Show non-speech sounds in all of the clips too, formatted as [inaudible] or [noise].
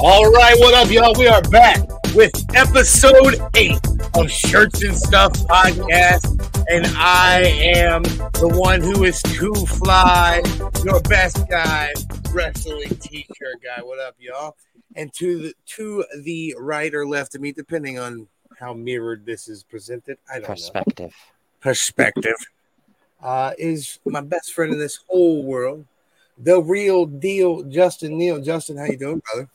All right, what up, y'all? We are back with episode eight of Shirts and Stuff podcast, and I am the one who is too fly, your best guy, wrestling t-shirt guy. What up, y'all? And to the to the right or left of me, depending on how mirrored this is presented, I don't know. Perspective. Perspective uh, is my best friend in this whole world, the real deal, Justin Neal. Justin, how you doing, brother?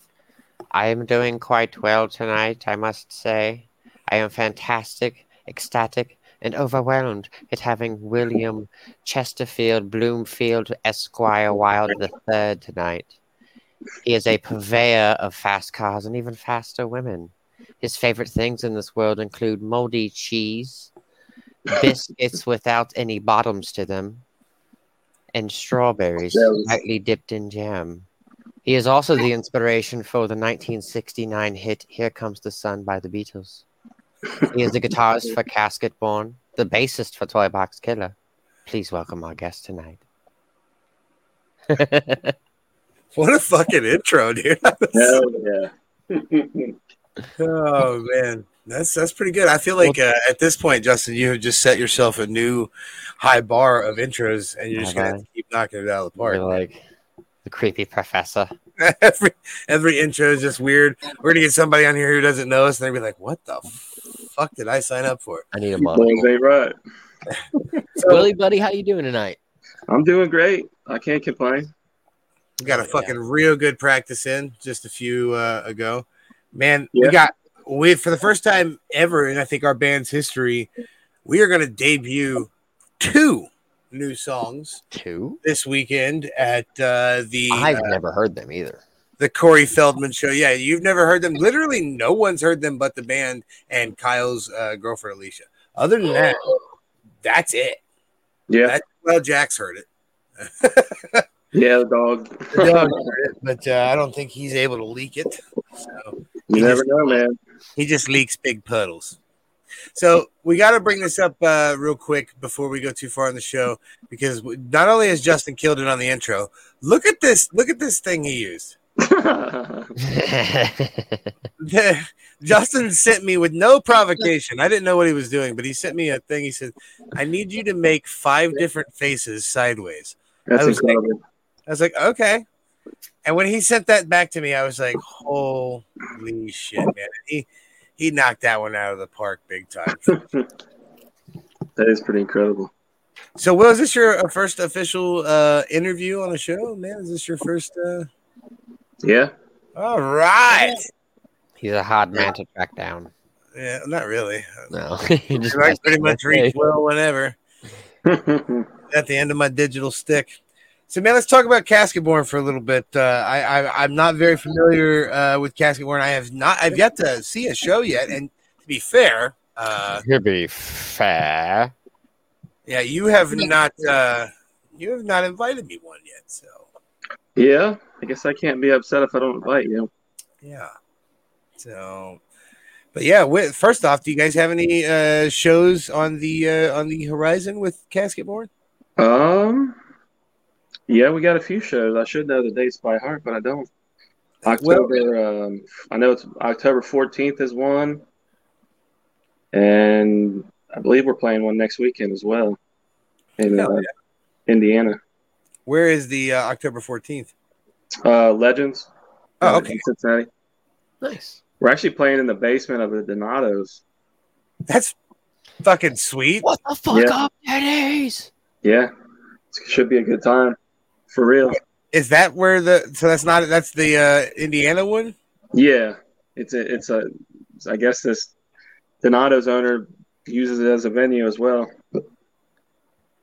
I am doing quite well tonight, I must say. I am fantastic, ecstatic, and overwhelmed at having William Chesterfield Bloomfield Esquire Wilde III tonight. He is a purveyor of fast cars and even faster women. His favorite things in this world include moldy cheese, biscuits without any bottoms to them, and strawberries lightly dipped in jam. He is also the inspiration for the 1969 hit Here Comes the Sun by the Beatles. He is the guitarist for Casket Born, the bassist for Toy Box Killer. Please welcome our guest tonight. [laughs] What a fucking intro, dude. [laughs] Hell yeah. Oh man, that's that's pretty good. I feel like uh, at this point, Justin, you have just set yourself a new high bar of intros, and you're just Have gonna have to keep knocking it out of the We're park. like the creepy professor. [laughs] every every intro is just weird. We're gonna get somebody on here who doesn't know us, and they'll be like, "What the fuck did I sign up for?" I need a You monocle. boys ain't right. Willie, buddy, how you doing tonight? I'm doing great. I can't complain. We got a Yeah. fucking real good practice in just a few uh, ago. Man, we Yeah. got we for the first time ever in I think our band's history, we are gonna debut two new songs Two? this weekend at uh, the I've never heard them either. the Corey Feldman show. Yeah, you've never heard them. Literally, no one's heard them but the band and Kyle's uh, girlfriend Alicia. Other than that, that's it. Yeah. That's- Well, Jack's heard it. yeah, dog. The dog heard it, but uh, I don't think he's able to leak it. So you never know, man. [laughs] he just leaks big puddles. So we got to bring this up uh, real quick before we go too far in the show because w- not only has Justin killed it on the intro, look at this. Look at this thing he used. [laughs] the, Justin sent me with no provocation. I didn't know what he was doing, but he sent me a thing. He said, "I need you to make five different faces sideways." I That's was like- incredible. I was like, "Okay." And when he sent that back to me, I was like, "Holy shit, man!" And he he knocked that one out of the park big time. That is pretty incredible. so, Will, is this your uh, first official uh, interview on a show, man? Is this your first? Uh... Yeah. [laughs] All right. [laughs] He's a hard man to track down. Yeah, not really. No, [laughs] he just I messed pretty up much my face. reach well whenever. yeah. at the end of my digital stick. So, man, let's talk about Casketborn for a little bit. Uh, I, I I'm not very familiar uh, with Casketborn. I have not. I've yet to see a show yet. And to be fair, uh, To be fair, yeah, you have not. Uh, you have not invited me one yet. So, I guess I can't be upset if I don't invite you. yeah. So, but yeah. With, first off, do you guys have any uh, shows on the uh, on the horizon with Casketborn? Um. Yeah, we got a few shows. I should know the dates by heart, but I don't. Well- October. um, I know it's October 14th is one, and I believe we're playing one next weekend as well in Hell uh, Indiana. Where is the uh, October 14th? Uh, Legends. Oh, uh, okay. in Cincinnati. nice. We're actually playing in the basement of the Donatos. That's fucking sweet. What the fuck Yeah. up, daddies? Yeah, it should be a good time, for real. Is that where the so that's not that's the uh Indiana one? Yeah, it's a, it's a, I guess this Donatos owner uses it as a venue as well.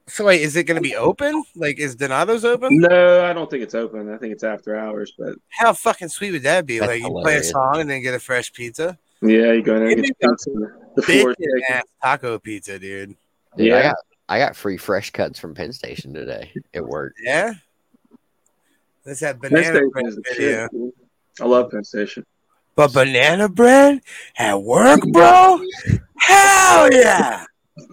So wait, is it going to be open? Like, is Donato's open? No, I don't think it's open. I think it's after hours. But How fucking sweet would that be? That's like, you play a hilarious. song and then get a fresh pizza, yeah, you go in there and get your pizza. The big floor. ass taco pizza, dude. Dude, I Yeah. got I got free fresh cuts from Penn Station today. It worked. Yeah, that's that Penn banana Station bread is the video. shit. dude. I love Penn Station. But banana bread at work, bro? Hell yeah!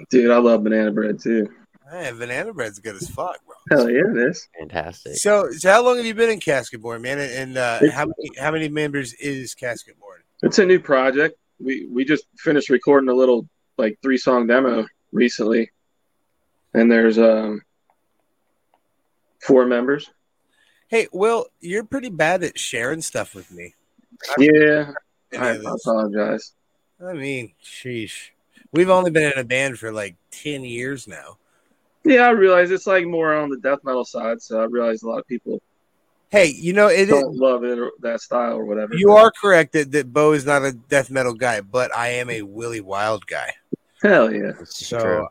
Dude, I love banana bread too. Man, banana bread's good as fuck, bro. Hell yeah, it is. Fantastic. So, so how long have you been in Casketboard, man? And, and uh, how many how many members is Casketboard? It's a new project. We we just finished recording a little like three song demo recently, and there's um four members. Hey, Will, you're pretty bad at sharing stuff with me. Yeah, Any I of this. apologize. I mean, sheesh. We've only been in a band for like ten years now. Yeah, I realize it's like more on the death metal side, so I realize a lot of people Hey, you know it is. don't love it or that style or whatever. You are correct that, that Bo is not a death metal guy, but I am a Willie Wild guy. hell yeah. This is So true.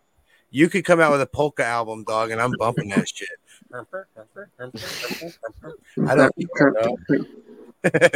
you could come out with a polka album, dog, and I'm bumping that shit. I [laughs] don't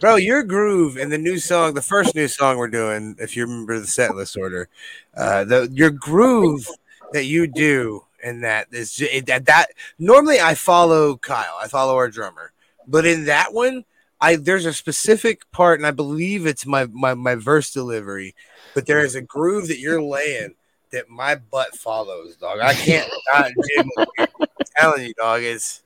Bro, your groove and the new song, the first new song we're doing, if you remember the set list order, uh, the your groove that you do in that is ju- it- that that normally I follow Kyle, I follow our drummer, but in that one, I there's a specific part, and I believe it's my my my verse delivery, but there is a groove that you're laying that my butt follows, dog. I can't not jam with you. I'm telling you, dog, it's.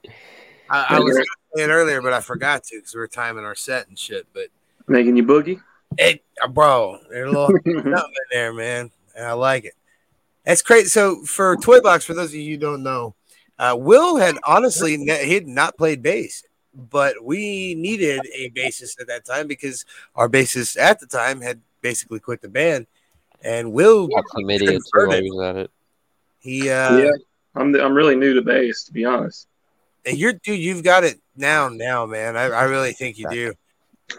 I, I was it earlier, but I forgot to because we were timing our set and shit. But Making you boogie. it, uh, bro, there's a little something [laughs] in there, man, and I like it. That's crazy. So for Toy Box, for those of you who don't know, uh, Will had honestly ne- he had not played bass, but we needed a bassist at that time because our bassist at the time had basically quit the band, and Will Got chlamydia too while Converted. he was at it. he uh, yeah, I'm I'm really new to bass, to be honest. And you're dude, you've got it now, now, man. I, I really think you do.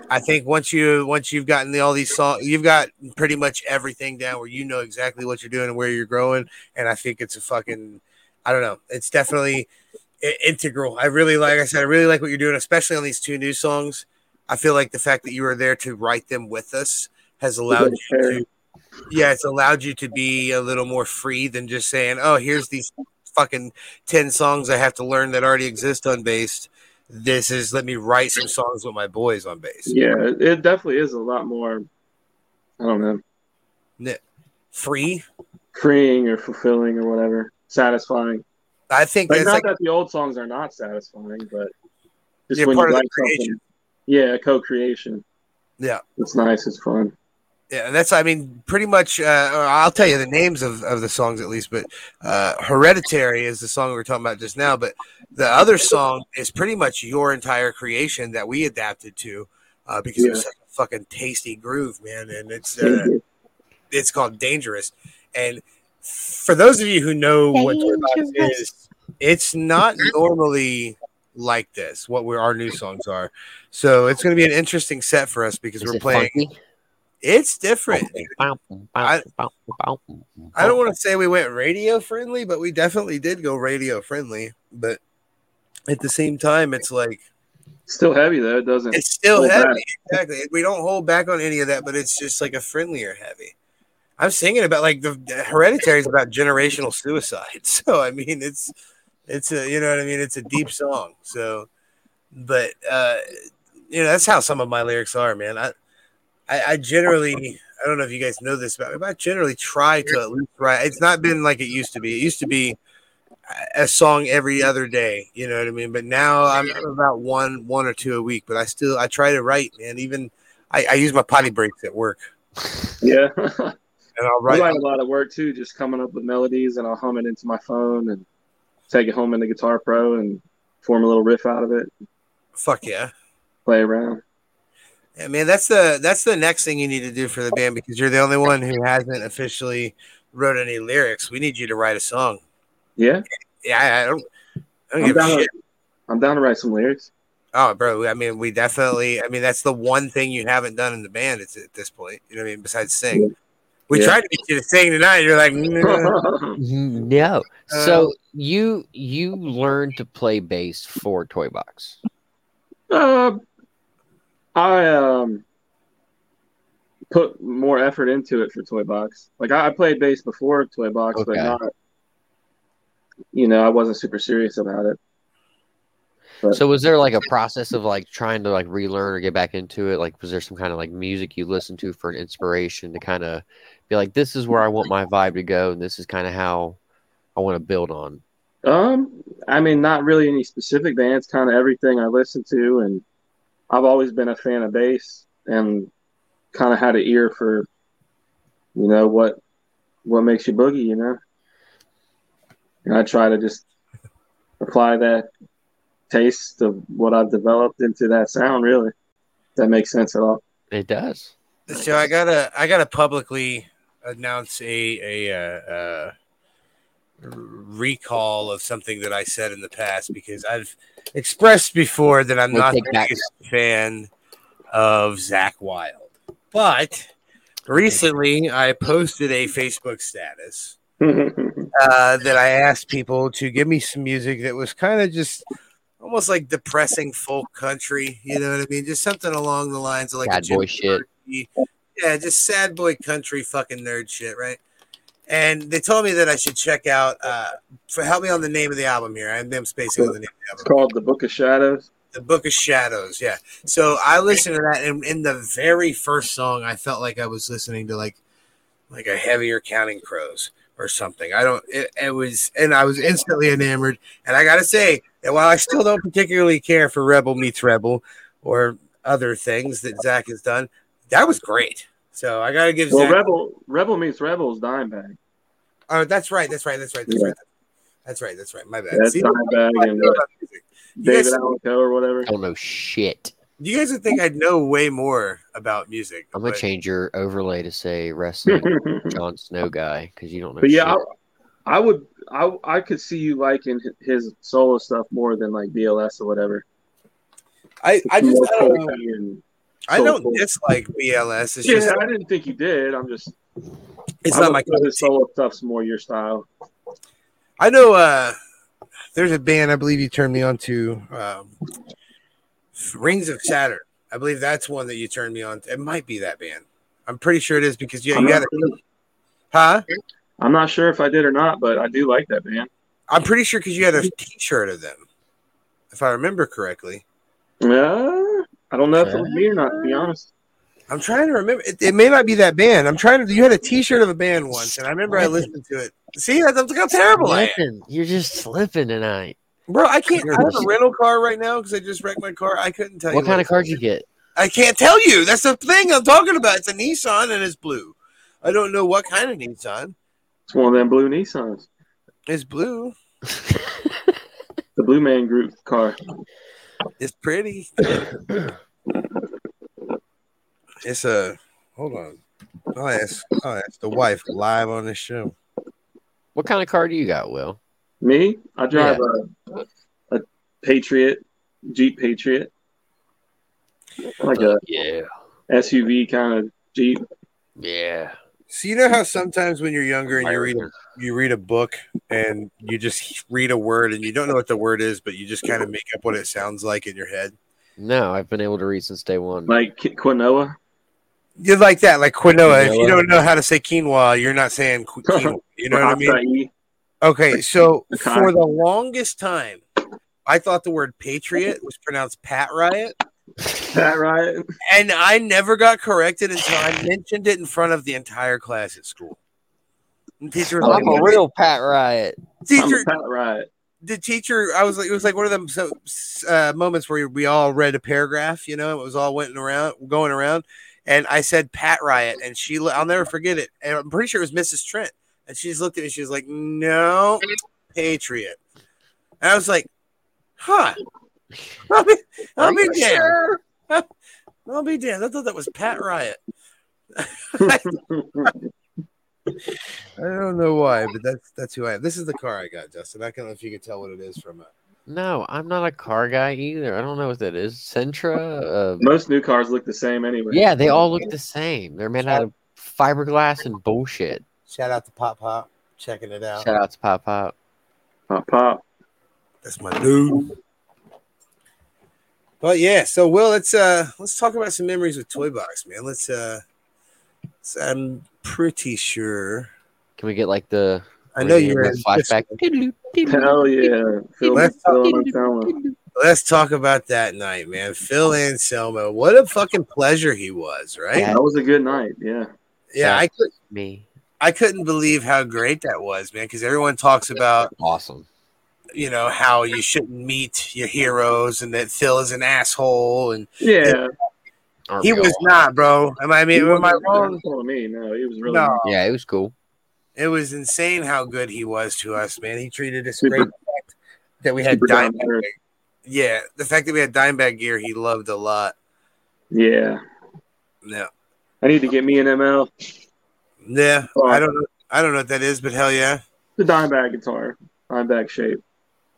I think once you once you've gotten the, all these songs, you've got pretty much everything down where you know exactly what you're doing and where you're growing. And I think it's a fucking, I don't know, it's definitely i- integral. I really like. I said, I really like what you're doing, especially on these two new songs. I feel like the fact that you were there to write them with us has allowed you to, yeah, it's allowed you to be a little more free than just saying, oh, here's these fucking 10 songs I have to learn that already exist on bass. This is let me write some songs with my boys on bass. Yeah, it- it definitely is a lot more. I don't know, Free. freeing or fulfilling or whatever, satisfying. I think Like that's not like, that the old songs are not satisfying, but just They're when part you of the like something. creation. Yeah, co-creation. Yeah. it's nice. It's fun. yeah, that's, I mean, pretty much, uh, or I'll tell you the names of, of the songs at least, but uh, Hereditary is the song we were talking about just now. But the other song is pretty much your entire creation that we adapted to uh, because it was Yeah. such a fucking tasty groove, man. And it's, uh, it's called Dangerous. And for those of you who know what Toy Box is, it's not normally like this, what we our new songs are. So it's going to be an interesting set for us because Is we're it playing. funky? It's different. I- I don't want to say we went radio friendly, but we definitely did go radio friendly. But at the same time, it's like, Still heavy though. It doesn't. it's still hold heavy. back. Exactly. We don't hold back on any of that, but it's just like a friendlier heavy. I'm singing about like the, the hereditary is about generational suicide. [laughs] So I mean it's it's a you know what I mean, it's a deep song. So but uh you know that's how some of my lyrics are, man. I I, I generally I don't know if you guys know this about me, but I generally try to at least write it's not been like it used to be. It used to be a song every other day. You know what I mean? But now I'm I'm about one, one or two a week. But I still I try to write, man. Even I, I use my potty breaks at work, Yeah, [laughs] and I'll I write. write a lot of work too, just coming up with melodies, and I'll hum it into my phone and take it home into Guitar Pro and form a little riff out of it, Fuck yeah. play around. Yeah, man, that's the that's the next thing you need to do for the band because you're the only one who hasn't officially wrote any lyrics. We need you to write a song. Yeah, Yeah, I- I don't, I don't I'm give a down, shit. to, I'm down to write some lyrics. Oh, bro. I mean, we definitely. I mean, that's the one thing you haven't done in the band. It's at this point. You know what I mean? Besides sing, we Yeah. tried to get you to sing tonight. You're [laughs] like, "Nah." No. Uh, So you you learned to play bass for Toy Box. uh, I um, put more effort into it for Toy Box. Like I, I played bass before Toy Box, but Okay. not. You know, I wasn't super serious about it. So was there like a process of like trying to like relearn or get back into it? Like was there some kind of like music you listened to for an inspiration to kind of be like this is where I want my vibe to go and this is kind of how I want to build on? Um, I mean, not really any specific bands. Kind of everything I listen to, and I've always been a fan of bass, and kind of had an ear for, you know, what what makes you boogie, you know. And I try to just apply that taste of what I've developed into that sound. Really, if that makes sense at all. It does. So I gotta I gotta publicly announce a a. Uh, uh recall of something that I said in the past because I've expressed before that I'm We'll not the take that. biggest fan of Zach Wild. But recently I posted a Facebook status uh, that I asked people to give me some music that was kind of just almost like depressing folk country. You know what I mean? Just something along the lines of like a Bad Jim boy shit. yeah, just sad boy country fucking nerd shit, right? And they told me that I should check out. Uh, for help me on the name of the album here. I'm, I'm spacing on the name of the it's album. called the Book of Shadows. The Book of Shadows. Yeah. So I listened to that, and in the very first song, I felt like I was listening to like like a heavier Counting Crows or something. I don't. It, it was, and I was instantly enamored. And I gotta say that while I still don't particularly care for Rebel meets Rebel or other things that Zach has done, that was great. So I gotta give Well, Zach. Rebel Rebel meets Rebel is Dimebag. oh, that's right. That's right. That's right. That's Yeah. right. That's right. That's right. My bad. That's See, Dimebag and uh, Yes. David Allen Coe or whatever. I don't know shit. you guys would think I'd know way more about music. I'm gonna but- change your overlay to [laughs] say wrestling John Snow guy because you don't know. But yeah, shit. I, I would. I I could see you liking hi- his solo stuff more than like BLS or whatever. I, I just More I don't know. folky and- I soulful. don't dislike BLS. It's yeah, just I didn't think you did. I'm just. it's I not would my say cup of his tea. solo stuff's more your style. I know uh there's a band I believe you turned me on to um Rings of Saturn. I believe that's one that you turned me on to. It might be that band. I'm pretty sure it is because yeah, I'm you not got it. Huh? I'm not sure if I did or not, but I do like that band. I'm pretty sure because you had a t-shirt of them, if I remember correctly. Uh, I don't know if it was me or not. To be honest, I'm trying to remember. It, it may not be that band. I'm trying to. You had a T-shirt of a band once, and I remember I listened to it. See, that's, that's how terrible I am, Slipping. You're just slipping tonight. bro. I can't. I have a rental car right now because I just wrecked my car. I couldn't tell you What kind it of card you get? I can't tell you. That's the thing I'm talking about. It's a Nissan and it's blue. I don't know what kind of Nissan. it's one of them blue Nissans, It's blue. the Blue Man Group car. It's pretty. It's a hold on. I'll ask. I'll ask the wife live on the show. What kind of car do you got, Will? Me, I drive a, a Patriot Jeep Patriot, like a Yeah, SUV kind of Jeep. yeah. So you know how sometimes when you're younger and you read you read a book and you just read a word and you don't know what the word is, but you just kind of make up what it sounds like in your head. No, I've been able to read since day one. like Ki- quinoa. You like that, like quinoa. If you Quinoa. don't know how to say quinoa, you're not saying qu- quinoa. You know what I mean? Acai. Okay, so Okay. for the longest time, I thought the word patriot was pronounced pat riot, That right? and I never got corrected until I mentioned it in front of the entire class at school. And the teacher was like, I'm a real Pat Riot. I'm teacher, a Pat Riot. [laughs] the teacher, I was like, it was like one of them so, uh, moments where we all read a paragraph, you know, it was all went around, going around, and I said Pat Riot, and she, lo- I'll never forget it, and I'm pretty sure it was Mrs. Trent, and she just looked at me, she was like, no, Patriot, and I was like, huh, I'll be, I'll be damned, [laughs] I'll be damned, I thought that was Pat Riot. I don't know why, but that's that's who I am. This is the car I got, Justin. I don't know if you can tell what it is from. Uh, No, I'm not a car guy either. I don't know what that is. Sentra. Uh, Most new cars look the same anyway. yeah, they all look the same. They're made out of fiberglass and bullshit. shout out to Pop Pop, checking it out. Shout out to Pop Pop. Pop, pop. That's my dude. But yeah, so Will, let's uh let's talk about some memories with Toy Box, man. Let's uh let's- I'm pretty sure Can we get like the? I know the- you're the in flashback. Diddle, diddle, Hell yeah. Phil, Let's- Phil Anselmo. diddle. Let's talk about that night, man. Phil Anselmo, what a fucking pleasure he was, right? Yeah. Yeah, That was a good night. Yeah. I could Me. I couldn't believe how great that was, man. Because everyone talks about Awesome. you know how you shouldn't meet your heroes and that Phil is an asshole, and Yeah, Aren't he we was all? not, bro. Am I I mean, He am I wasn't wrong? telling me no. He was really No, Yeah, it was cool. it was insane how good he was to us, man. He treated us Super- great. The fact That we had super down to Dimebag. earth. Yeah, the fact that we had Dimebag gear, he loved a lot. Yeah, Yeah, I need to get me an ML. yeah. Oh. I don't know. I don't know what that is, but hell yeah. The Dimebag guitar, Dimebag shape.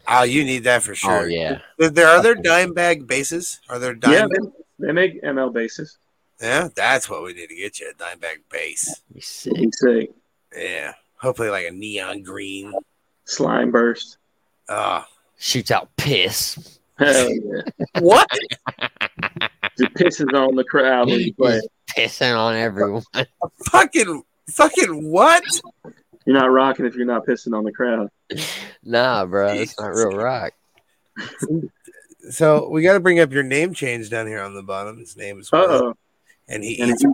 Oh, you need that for sure. Oh yeah. Are there are there Okay. dime bag bases? Are there dime? Yeah, Yeah, they, they make ML bases. that's what we need to get you a dime bag base. Let me You see. can say Yeah, hopefully like a neon green. slime burst. Ah, Shoots out piss. Hell yeah, what? it pisses on the crowd when you [laughs] play. He's pissing on everyone. fucking fucking what? You're not rocking if you're not pissing on the crowd. nah, bro, that's [laughs] not real rock. [laughs] So we got to bring up your name change down here on the bottom. His name is Uh oh, and he and eats it's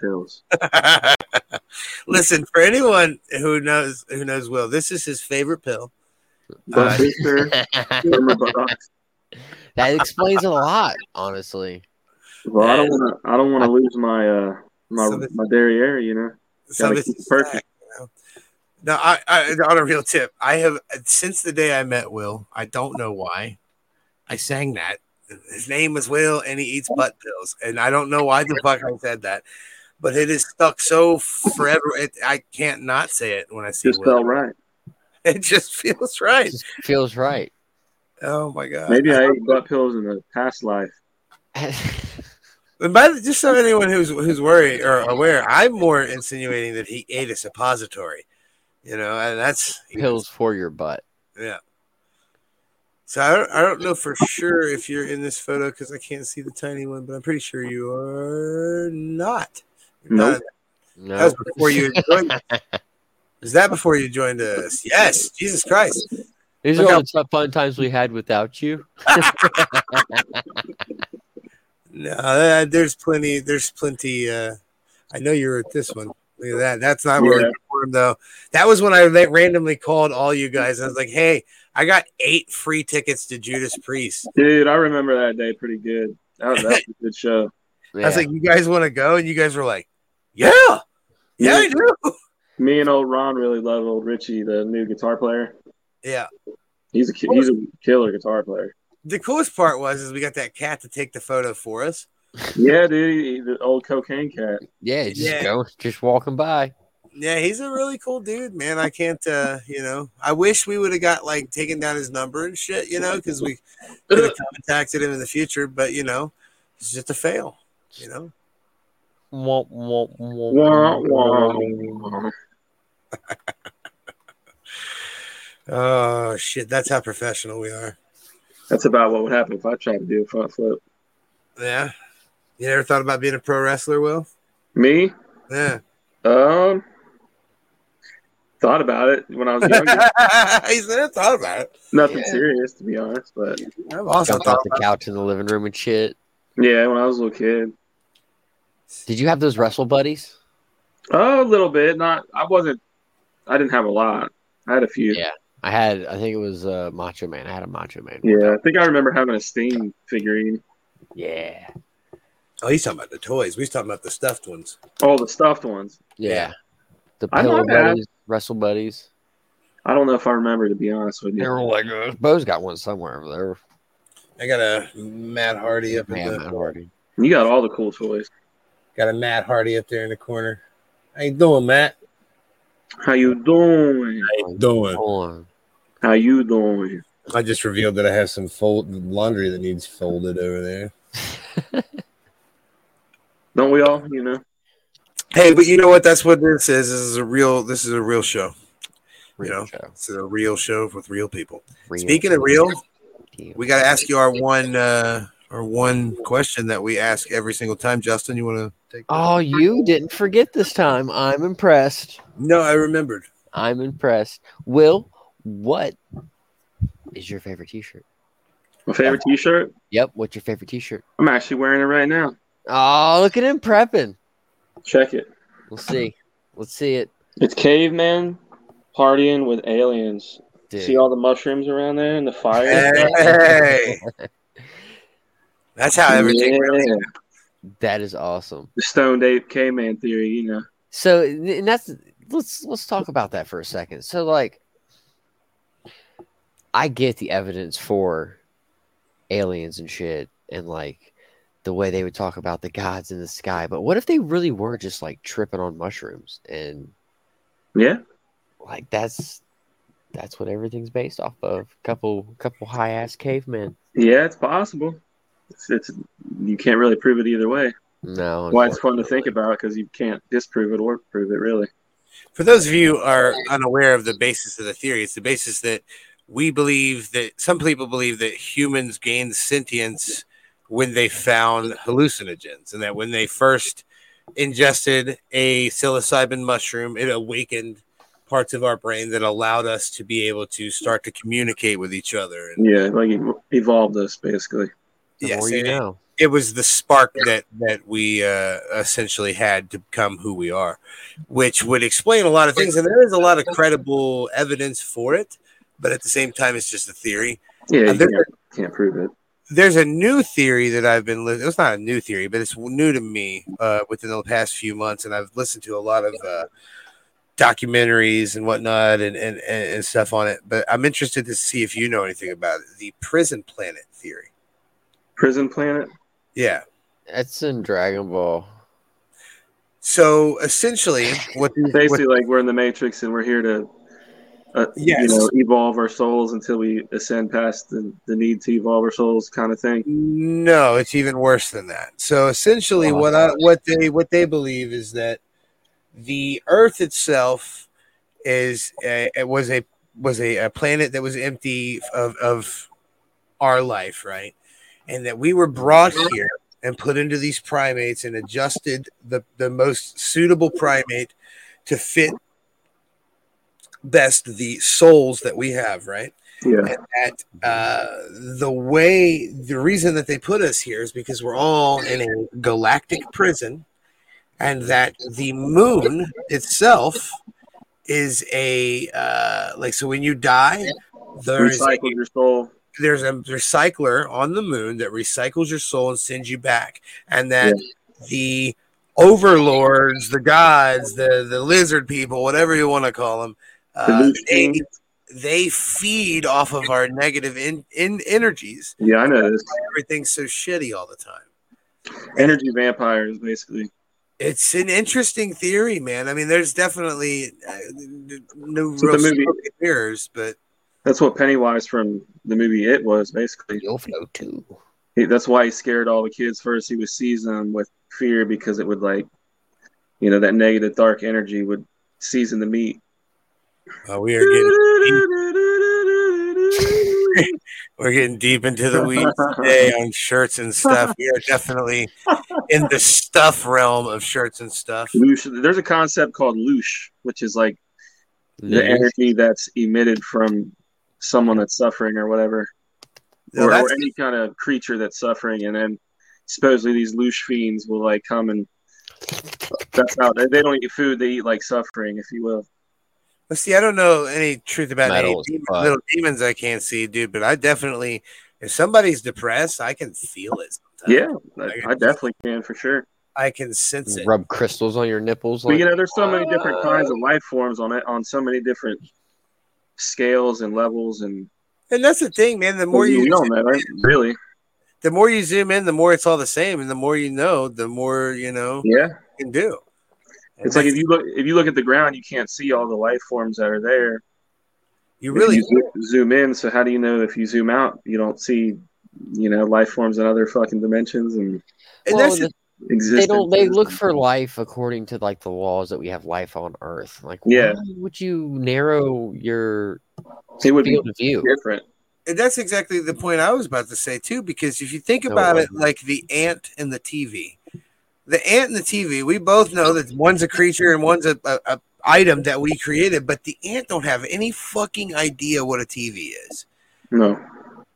[laughs] pills. butt. [laughs] Listen, for anyone who knows who knows Will, this is his favorite pill. Butt Uh, picture that in the box. explains a lot, honestly. [laughs] Well, I don't want to. I don't want to lose my uh my So this- my derriere. You know, So Gotta this keep is it perfect. back, you know? No, I, I on a real tip, I have since the day I met Will, I don't know why. I sang that. His name is Will and he eats butt pills. And I don't know why the fuck I said that. But it is stuck so forever. It, I can't not say it when I see just Will. felt right. [laughs] It just feels right. Just feels right. [laughs] Oh my god. Maybe I ate butt pills in a past life. And by the, just so anyone who's who's worried or aware, I'm more insinuating that he ate a suppository. You know, and that's Pills for your butt. Yeah. So I don't, I don't know for sure if you're in this photo because I can't see the tiny one, but I'm pretty sure you are not. You're Nope. not. No. That was before you joined. Is that before you joined us? Yes. Jesus Christ. [laughs] These Look are all how- the tough fun times we had without you. No, uh, there's plenty. There's plenty. Uh, I know you're at this one. Look at that. That's not where we Yeah. performed though. That was when I la- randomly called all you guys. I was like, "Hey, I got eight free tickets to Judas Priest." Dude, I remember that day pretty good. That was, that was a good show. I was Yeah. like, "You guys want to go?" And you guys were like, "Yeah, yeah, I do." Me and old Ron really love old Richie, the new guitar player. Yeah. He's a ki- he's a killer guitar player. The coolest part was is we got that cat to take the photo for us. Yeah, dude, he, the old cocaine [laughs] cat. yeah, just Yeah. go, just walking by. Yeah, he's a really cool dude, man. I can't, uh, you know, I wish we would have got like taken down his number and shit, you know, because we could have contacted him in the future. But you know, it's just a fail, you know. Womp, womp, womp. Wah, wah. Oh shit, that's how professional we are. That's about what would happen if I tried to do a front flip. Yeah, you ever thought about being a pro wrestler, Will? Me, [laughs] Yeah, um, thought about it when I [laughs] was younger. he's never thought about it. Nothing Yeah. serious, to be honest. But I've also Jump off thought the about couch in the living room and shit. yeah, when I was a little kid, Did you have those wrestle buddies? oh, a little bit. Not, I wasn't. I didn't have a lot. I had a few. Yeah. I had, I think it was uh, Macho Man. I had a Macho Man. Yeah, I think I remember having a Steam figurine. Yeah. Oh, he's talking about the toys. We're talking about the stuffed ones. All the stuffed ones. Yeah. The I Pillow might have. Buddies, Wrestle Buddies. I don't know if I remember to be honest with They you. were like, uh, Bo's got one somewhere over there. I got a Matt Hardy up in Man, the Matt Hardy. You got all the cool toys. got a Matt Hardy up there in the corner. How you doing, Matt? How you doing? How you doing? Hold on. How you doing? I just revealed that I have some fold laundry that needs folded over there. Don't we all? You know. Hey, but you know what? That's what this is. This is a real. This is a real show. Real know, show. It's a real show with real people. Real Speaking of real, deal. we got to ask you our one uh our one question that we ask every single time. Justin, you want to take? that? Oh, you didn't forget this time. I'm impressed. no, I remembered. I'm impressed. Will, what is your favorite T-shirt? My favorite T-shirt. Yep. What's your favorite T-shirt? I'm actually wearing it right now. Oh, look at him prepping. Check it. We'll see. Let's see it. It's caveman partying with aliens. See all the mushrooms around there and the fire. Hey. That's how everything Yeah. really That is awesome. The stoned ape caveman theory, you know. So and that's let's let's talk about that for a second. So like I get the evidence for aliens and shit and like the way they would talk about the gods in the sky, but what if they really were just like tripping on mushrooms and Yeah. like that's that's what everything's based off of. Couple couple high ass cavemen. Yeah, it's possible. It's, it's you can't really prove it either way. No, Why it's fun to think unfortunately. about because you can't disprove it or prove it really. For those of you who are unaware of the basis of the theory, it's the basis that we believe that some people believe that humans gained sentience when they found hallucinogens, and that when they first ingested a psilocybin mushroom, it awakened parts of our brain that allowed us to be able to start to communicate with each other. And Yeah, like ev- evolved us basically. The yes, more you it- know. it was the spark that that we uh, essentially had to become who we are, which would explain a lot of things. And there is a lot of credible evidence for it, but at the same time, it's just a theory. Yeah, And you there- can't, can't prove it. There's a new theory that I've been. Li- it's not a new theory, but it's new to me uh, within the past few months, and I've listened to a lot of. Uh, documentaries and whatnot and, and and and stuff on it but i'm interested to see if you know anything about it the prison planet theory Prison planet. yeah That's in Dragon Ball. so essentially what these- what Basically, like we're in the Matrix and we're here to, uh, Yes. you know, evolve our souls until we ascend past the, the need to evolve our souls, kind of thing. No, it's even worse than that. So essentially, Oh, what I, what they what they believe is that the Earth itself is a, it was a was a, a planet that was empty of of our life, right? And that we were brought here and put into these primates and adjusted the the most suitable primate to fit best the souls that we have, right? Yeah, that uh, the way the reason that they put us here is because we're all in a galactic prison and that the moon itself is a uh, like so when you die there is a, recycle your soul. there's a recycler on the moon that recycles your soul and sends you back and that the overlords the gods the the lizard people whatever you want to call them uh, loose they, king. they feed off of our negative in, in energies Yeah, I know this. everything's so shitty all the time Energy vampires, basically. it's an interesting theory man i mean there's definitely uh, no So the real movie- smoke and mirrors but That's what Pennywise from the movie It was basically. You'll flow too. He, that's why he scared all the kids first. He would seize them with fear because it would like, you know, that negative dark energy would season the meat. uh, we are getting We're getting deep into the weeds [laughs] [laughs] today on shirts and stuff. We are definitely in the stuff realm of shirts and stuff. Loosh- There's a concept called loosh, which is like the energy that's emitted from someone that's suffering or whatever, Now or, or that's- any kind of creature that's suffering, and then supposedly these loosh fiends will like come and uh, that's how they, they don't eat food; they eat like suffering, if you will. Well, see, I don't know any truth about any Metal as demon- fuck. little demons I can't see, dude, but I definitely, if somebody's depressed, I can feel it sometimes. Yeah, I, I definitely can for sure. I can sense it. Rub crystals on your nipples. But Like, you know, there's so many different kinds Uh. of life forms on it, on so many different scales and levels, and And that's the thing, man. The more you, Oh, you don't know, [laughs] right? really, the more you zoom in, the more it's all the same, and the more you know, the more you know yeah. you can do. And It's like if that's- you look if you look at the ground, you can't see all the life forms that are there. you If really you zo- zoom in. So how do you know if you zoom out, you don't see, you know, life forms in other fucking dimensions and and Well, that's e, the- they existence? don't. They look for life according to like the laws that we have life on Earth. Like, Yeah. why would you narrow your It would be field of view? different. And that's exactly the point I was about to say too, because if you think No, it about it, wasn't. like the ant and the TV, the ant and the TV, we both know that one's a creature and one's a, a, a item that we created, but the ant don't have any fucking idea what a TV is. No,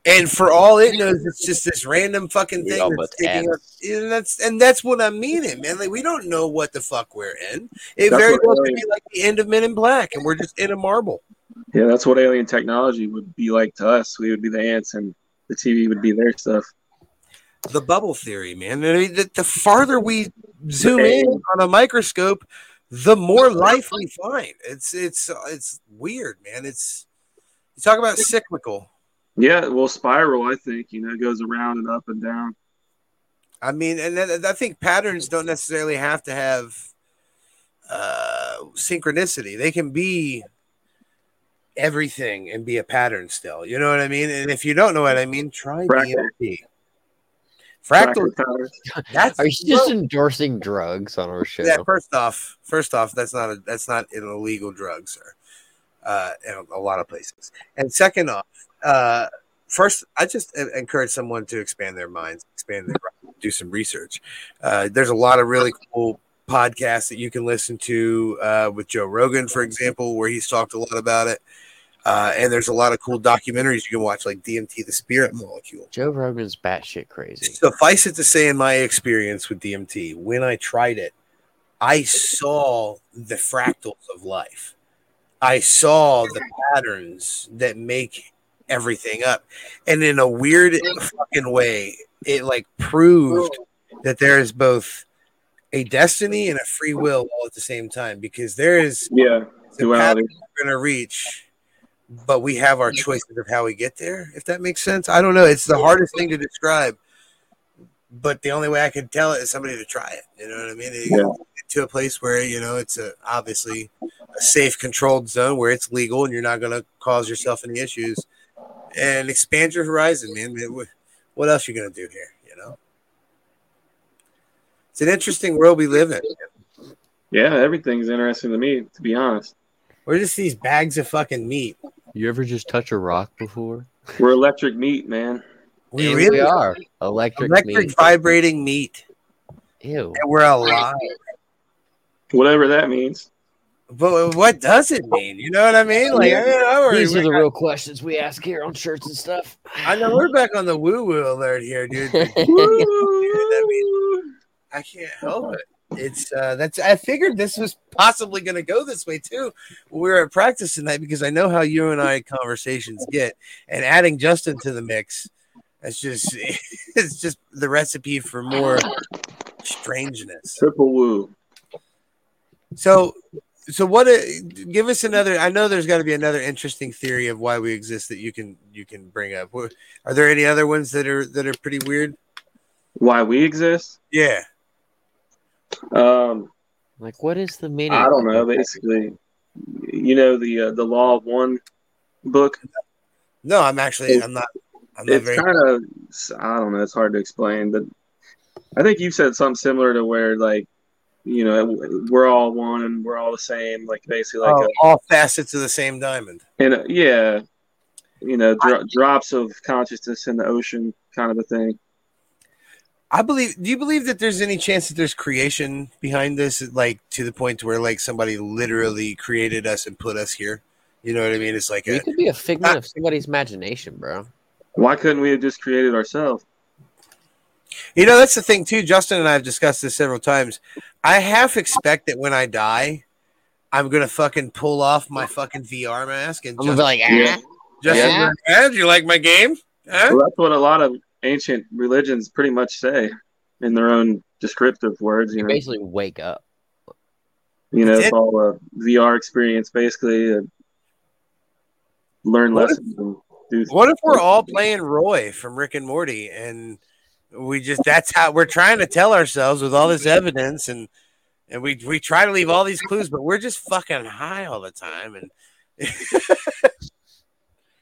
And for all it knows, it's just this random fucking We thing all that's but taking up. And that's and that's what I'm meaning, man. Like we don't know what the fuck we're in. It That's very what well I could be like the end of Men in Black, and we're just in a marble. Yeah, that's what alien technology would be like to us. We would be the ants, and the TV would be their stuff. The bubble theory, man. I mean, The, the farther we zoom in on a microscope, the more life we find. It's it's it's weird, man. It's you talk about cyclical. Yeah, well, spiral. I think you know it goes around and up and down. I mean, and then, I think patterns don't necessarily have to have uh, synchronicity. They can be everything and be a pattern still. You know what I mean? And if you don't know what I mean, try Fractal. DMT. Fractal. patterns. That's Are you just endorsing drugs on our show? yeah. First off, first off, that's not a that's not an illegal drug, sir. Uh, in a, a lot of places. And second off, uh, first, I just en- encourage someone to expand their minds, expand their do some research. Uh, there's a lot of really cool podcasts that you can listen to uh, with Joe Rogan, for example, where he's talked a lot about it. Uh, and there's a lot of cool documentaries you can watch, like DMT, the Spirit Molecule. Joe Rogan's batshit crazy. Suffice it to say, in my experience with DMT, when I tried it, I saw the fractals of life. I saw the patterns that make everything up. And in a weird fucking way, it like proved that there is both a destiny and a free will all at the same time because there is Yeah, the pattern duality. we're going to reach, but we have our choices of how we get there, if that makes sense. I don't know. It's the hardest thing to describe, but the only way I can tell it is somebody to try it. You know what I mean? You Yeah. get to a place where, you know, it's a, obviously a safe, controlled zone where it's legal and you're not going to cause yourself any issues and expand your horizon, man. Man, wh- What else you going to do here? You know? It's an interesting world we live in. Yeah, everything's interesting to me, to be honest. We're just these bags of fucking meat. You ever just touch a rock before? We're electric meat, man. We And really are. are electric. electric meat. vibrating meat, Ew. and we're alive. Whatever that means. But what does it mean? You know what I mean? Like, I, mean, I, worry, These are we're the not- real questions we ask here on shirts and stuff. I know we're back on the woo woo alert here, [laughs] dude. I can't help it. It's uh that's I figured this was possibly gonna go this way too. We were at practice tonight because I know how you and I conversations get, and adding Justin to the mix, that's just [laughs] it's just the recipe for more strangeness. Triple woo. So, so what? A, give us another. I know there's got to be another interesting theory of why we exist that you can you can bring up. What- Are there any other ones that are that are pretty weird? Why we exist? Yeah, Um, like, what is the meaning? I don't know. Basically, you know the uh, the law of one book. no, I'm actually I'm not. I'm not It's very. kind of I don't know. It's hard to explain, but I think you said something similar to where like you know we're all one and we're all the same. Like basically like oh, a all facets of the same diamond. and uh, yeah, you know, dro- drops of consciousness in the ocean, kind of a thing. I believe. Do you believe that there's any chance that there's creation behind this, like to the point where like somebody literally created us and put us here? You know what I mean? It's like We a, could be a figment of somebody's imagination, bro. Why couldn't we have just created ourselves? You know, that's the thing too. Justin and I have discussed this several times. I half expect that when I die, I'm gonna fucking pull off my fucking VR mask and I'm just, gonna be like, ah, Yeah. Justin, yeah. "Eh, do you like my game? Huh?" Well, that's what a lot of ancient religions pretty much say in their own descriptive words. You you know, basically wake up. you know, That's it. it's all a VR experience, basically. Uh, learn What if- lessons and do. What if we're all playing Roy from Rick and Morty and we just that's how we're trying to tell ourselves with all this evidence and and we we try to leave all these clues, but we're just fucking high all the time and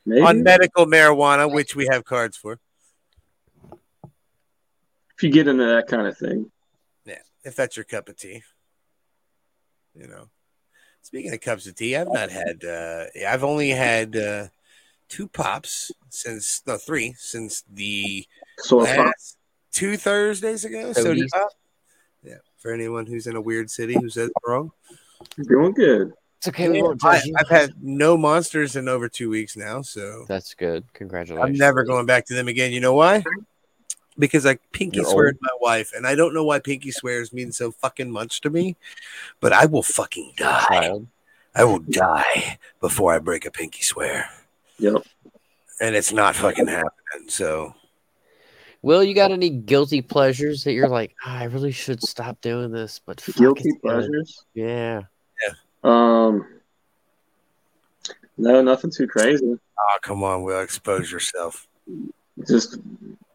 Maybe on medical marijuana, which we have cards for. if you get into that kind of thing. Yeah, if that's your cup of tea. You know, speaking of cups of tea, I've not had. Uh, I've only had uh, two pops since no three since the So if I- last two Thursdays ago. So Sodas. pop. Yeah, for anyone who's in a weird city who says it wrong. doing good. It's okay. We won't I, judge you. I've had no monsters in over two weeks now, so That's good. I'm [laughs] Congratulations. never going back to them again. You know why? Because I pinky You're sweared my wife, and I don't know why pinky swears mean so fucking much to me, but I will fucking die. Child. I will die before I break a pinky swear. Yep. And it's not fucking happening. So Will, you got any guilty pleasures that you're like, "Ah, I really should stop doing this, but fuck Guilty it's good." pleasures. Yeah. Um, no, nothing too crazy. oh come on, Will, expose yourself. [laughs] Just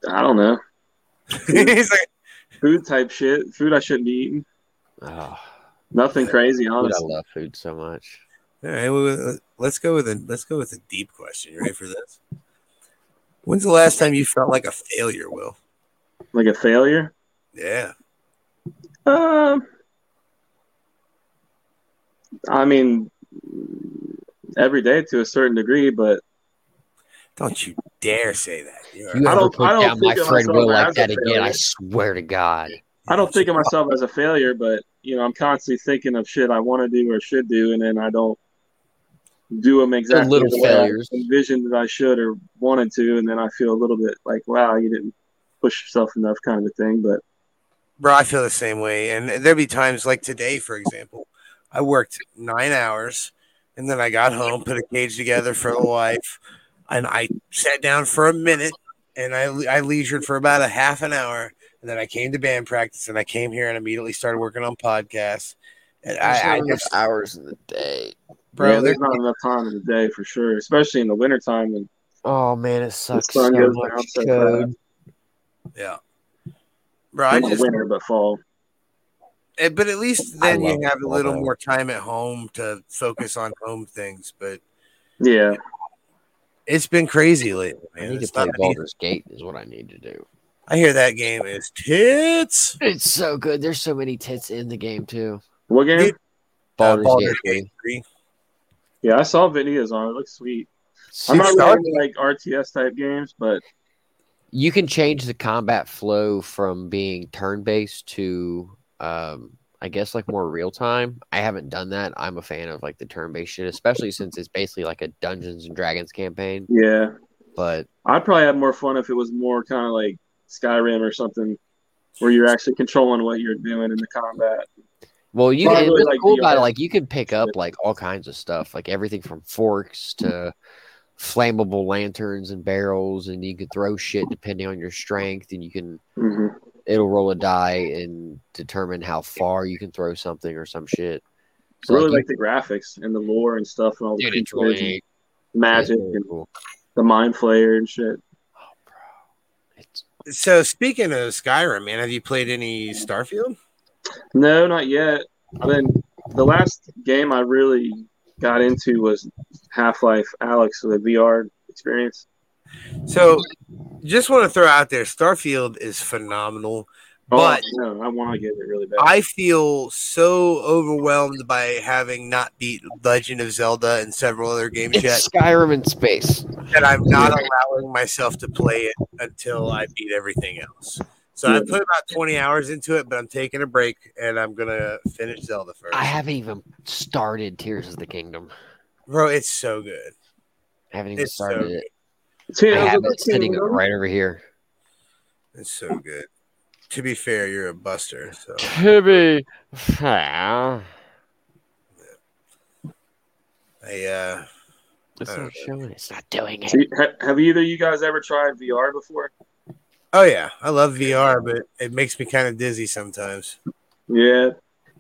I don't know. He's like, Food type shit. Food I shouldn't be eating. Oh, Nothing crazy, dude, I honestly. love food so much. All right, well, let's go with a let's go with a deep question. You ready for this? When's the last time you felt like a failure, Will? Like a failure. Yeah. Um, I mean, every day to a certain degree, but Don't you dare say that. You're- You I ever don't- put I don't down my think of friend myself Will like as a that again? I failure. swear to God. I don't think of myself as a failure, but you know, I'm constantly thinking of shit I want to do or should do, and then I don't do them exactly little the way I failures. envisioned that I should or wanted to, and then I feel a little bit like, wow, you didn't push yourself enough, kind of thing. But Bro, I feel the same way. And there'd be times like today, for example, I worked nine hours and then I got home, put a cage together for the wife, and I sat down for a minute and I, I leisured for about a half an hour. And then I came to band practice and I came here and immediately started working on podcasts. And I, I just, hours in the day. bro, yeah, there's there's not enough time in the day for sure, especially in the wintertime. And Oh man, it sucks so sun goes down much. so Code. yeah. Bro, I not the just, winter, but fall. Eh, but at least I then you love have a all little that. more time at home to focus on home things. But Yeah, it's been crazy lately, I man. need to It's play not- Baldur's Gate is what I need to do. I hear that game is tits. It's so good. There's so many tits in the game too. what game? Dude. Baldur's, Uh, Baldur's Gate. Gate three. Yeah, I saw videos on it. it. Looks sweet. I'm Dude, not Star- really into, like RTS type games, but You can change the combat flow from being turn based to um I guess like more real time. I haven't done that. I'm a fan of like the turn based shit, especially since it's basically like a Dungeons and Dragons campaign. yeah, But I'd probably have more fun if it was more kind of like Skyrim or something, where you're actually controlling what you're doing in the combat. Well, you Well, I and really what's like uh, cool about it, VR. like you can pick up like all kinds of stuff, like everything from forks to flammable lanterns and barrels, and you can throw shit depending on your strength, and you can hmm it'll roll a die and determine how far you can throw something or some shit. I So, really like like, the graphics and the lore and stuff and all the you- dude, it's creatures and really- it's magic really and cool. the mind flayer and shit. Oh, bro. It's So speaking of Skyrim, man, have you played any Starfield? No, not yet. I mean, the last game I really got into was Half Life Alex with the VR experience. So just want to throw out there, Starfield is phenomenal. But- oh, no, I want to get it really bad. I feel so overwhelmed by having not beat Legend of Zelda and several other games yet it's Skyrim in space. that I'm not allowing myself to play it until I beat everything else. So I put about 20 hours into it, but I'm taking a break and I'm gonna finish Zelda first. I haven't even started Tears of the Kingdom. Bro, it's so good. I haven't even It's so started good. it. See, I those are have the it sitting games. right over here. It's so good. To be fair, you're a buster, so To be fair, I uh it's Uh, not showing. It's not doing it. See, ha- have either of you guys ever tried VR before? oh yeah, I love VR, but it makes me kind of dizzy sometimes. Yeah,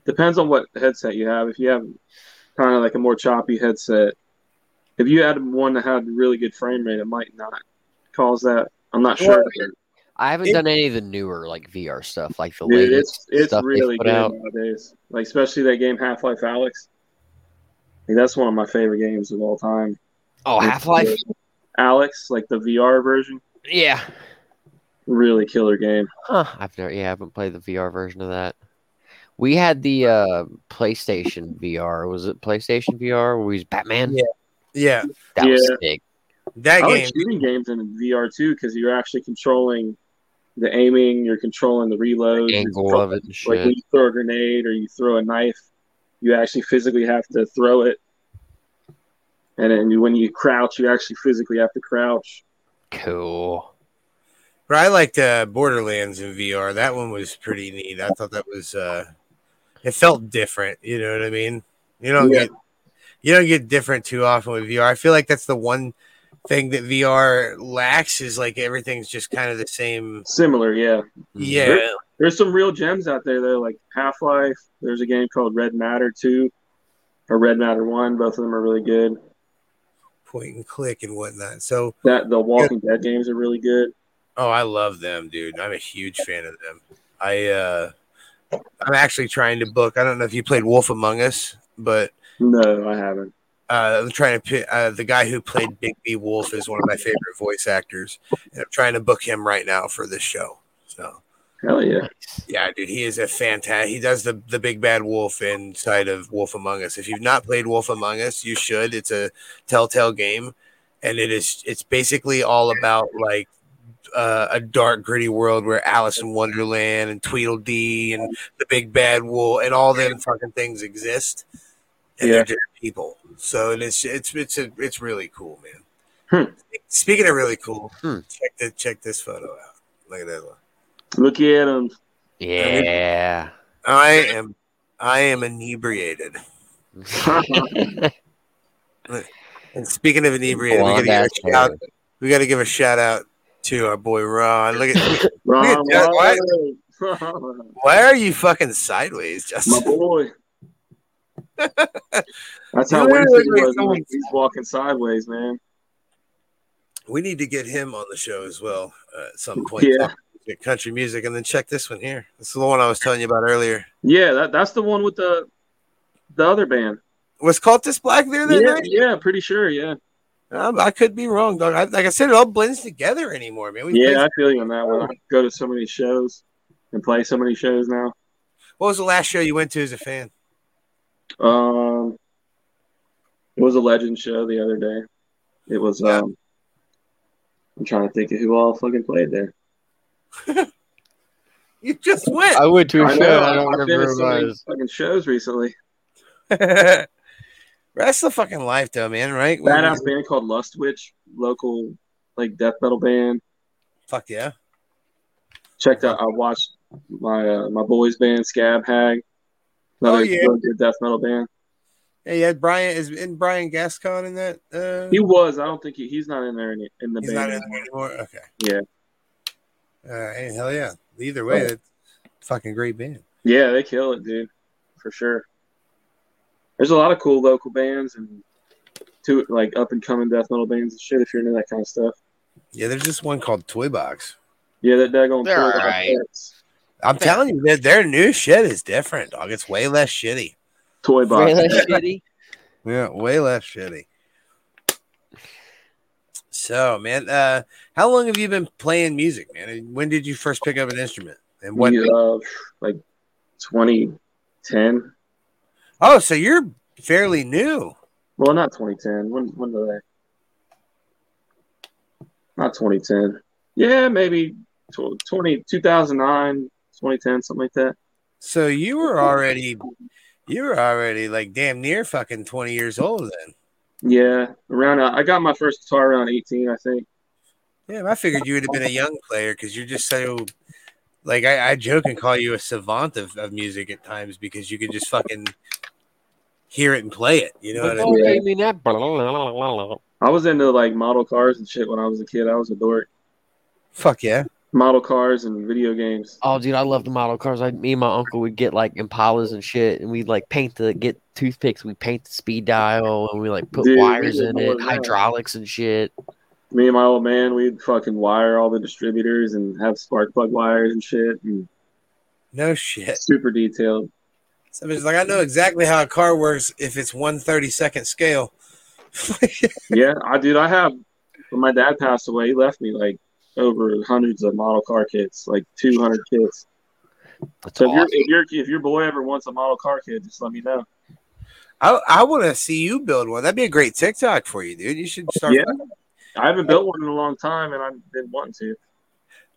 depends on what headset you have. If you have kind of like a more choppy headset, if you had one that had really good frame rate, it might not cause that. I'm not sure. I haven't It- done any of the newer like VR stuff, like the Dude, latest it's it's stuff really they put good out. nowadays. Like especially that game Half Life Alex. Like, that's one of my favorite games of all time. Oh, It's Half Life. good. Alex, like the VR version, Yeah. really killer game. Huh. I've never. Yeah, I haven't played the VR version of that. We had the uh, PlayStation VR. Was it PlayStation VR? Where we was Batman. Yeah. Yeah, That was Yeah. sick. that I game. like shooting games in VR too because you're actually controlling the aiming, you're controlling the reload, you're Angle of it and Like shit. when you throw a grenade or you throw a knife, you actually physically have to throw it and then when you crouch, you actually physically have to crouch. Cool. But I liked uh, Borderlands in VR. That one was pretty neat. I thought that was uh, it felt different. You know what I mean? You don't Yeah. get you don't get different too often with VR. I feel like that's the one thing that VR lacks is like everything's just kind of the same. Similar, yeah. Yeah, There's some real gems out there though, like Half Life. There's a game called Red Matter Two, or Red Matter One. Both of them are really good. point and click and whatnot. So, That the Walking Dead games are really good. oh, I love them, dude. I'm a huge fan of them. I uh, I'm actually trying to book. I don't know if you played Wolf Among Us, but No, I haven't. uh, I'm trying to pick uh, the guy who played Big B Wolf is one of my favorite voice actors, and I'm trying to book him right now for this show. So Hell yeah. yeah, dude, he is a fantastic. He does the the big bad wolf inside of Wolf Among Us. If you've not played Wolf Among Us, you should. It's a Telltale game, and it is it's basically all about like uh, a dark, gritty world where Alice in Wonderland and Tweedledee and the Big Bad Wolf and all them fucking things exist, and Yeah. they're just people. So and it's it's it's a, it's really cool, man. Hmm. Speaking of really cool, Hmm. check the check this photo out. Look at that one. Look at them. [laughs] Yeah. I am I am inebriated. And speaking of inebriated, we Blonde gotta, ass give a hair. shout, we gotta give a shout out to our boy Ron. Look at Ron Yeah, what? [laughs] White. why are you fucking sideways, My Justin? boy. [laughs] That's how You Winston look like was. someone- man. He's walking sideways, man. We need to get him on the show as well uh, at some point. Yeah. Talk music, Country music, and then check this one here. This is the one I was telling you about earlier. Yeah, that, that's the one with the the other band. Was Cultus Black there that Yeah, night? yeah, pretty sure. Yeah, Um, I could be wrong, dog. I, like I said, it all blends together anymore, man. We played- yeah, I feel you on that one. I go to so many shows and play so many shows now. What was the last show you went to as a fan? Um, it was a legend show the other day. It was. Yeah. um I'm trying to think of who all fucking played there. You just went. I went to a I show. know. I don't I've been remember to so who it many was. fucking shows recently. [laughs] That's the fucking life, though, man. Right? We- Badass band called Lust Witch, local like death metal band. Fuck yeah. checked out. I watched my uh, my boys band Scab Hag, another Oh, yeah. really good death metal band. Hey, yeah, Brian is in Brian Gascon in that. Uh, He was. I don't think he, he's not in there in, in the he's not band. in there anymore. Okay. Yeah. Uh, hey, hell yeah. Either way, Oh. that's a fucking great band. Yeah, they kill it, dude, for sure. There's a lot of cool local bands and two like up and coming death metal bands and shit. If you're into that kind of stuff, Yeah, there's this one called Toy Box. yeah, that daggone They're tour got alright. pets. I'm telling you, their, their new shit is different, dog. It's way less shitty. toy box. [laughs] Really shitty. Yeah, way less shitty. So, man, uh, how long have you been playing music, man? And When did you first pick up an instrument? And what? We, uh, like 2010. Oh, so you're fairly new. Well, not 2010. When when did I? Not 2010. Yeah, maybe tw- 20, 2009, 2010, something like that. So you were already, you were already like damn near fucking twenty years old then. Yeah, around uh, I got my first guitar around 18, I think. Yeah, I figured you would have been a young player because you're just so. Like I, I joke and call you a savant of, of music at times because you can just fucking hear it and play it. You know what I mean? Oh, you mean that? Blah, blah, blah, blah, blah. I was into like model cars and shit when I was a kid. I was a dork. Fuck yeah. Model cars and video games. Oh, dude, I love the model cars. I, me and my uncle would get like Impalas and shit, and we'd like paint the get toothpicks. We paint the speed dial, and we like put Dude, we wires did in more it, than that. hydraulics and shit. Me and my old man, we'd fucking wire all the distributors and have spark plug wires and shit, and No shit. super detailed. Somebody's like, I know exactly how a car works if it's one thirty second scale. Yeah, I dude, I have. When my dad passed away, he left me like over hundreds of model car kits, like two hundred kits. That's So awesome. if, your if your if your boy ever wants a model car kit, just let me know. I, I want to see you build one. That'd be a great TikTok for you, dude. You should start. Yeah. I haven't built one in a long time, and I've been wanting to.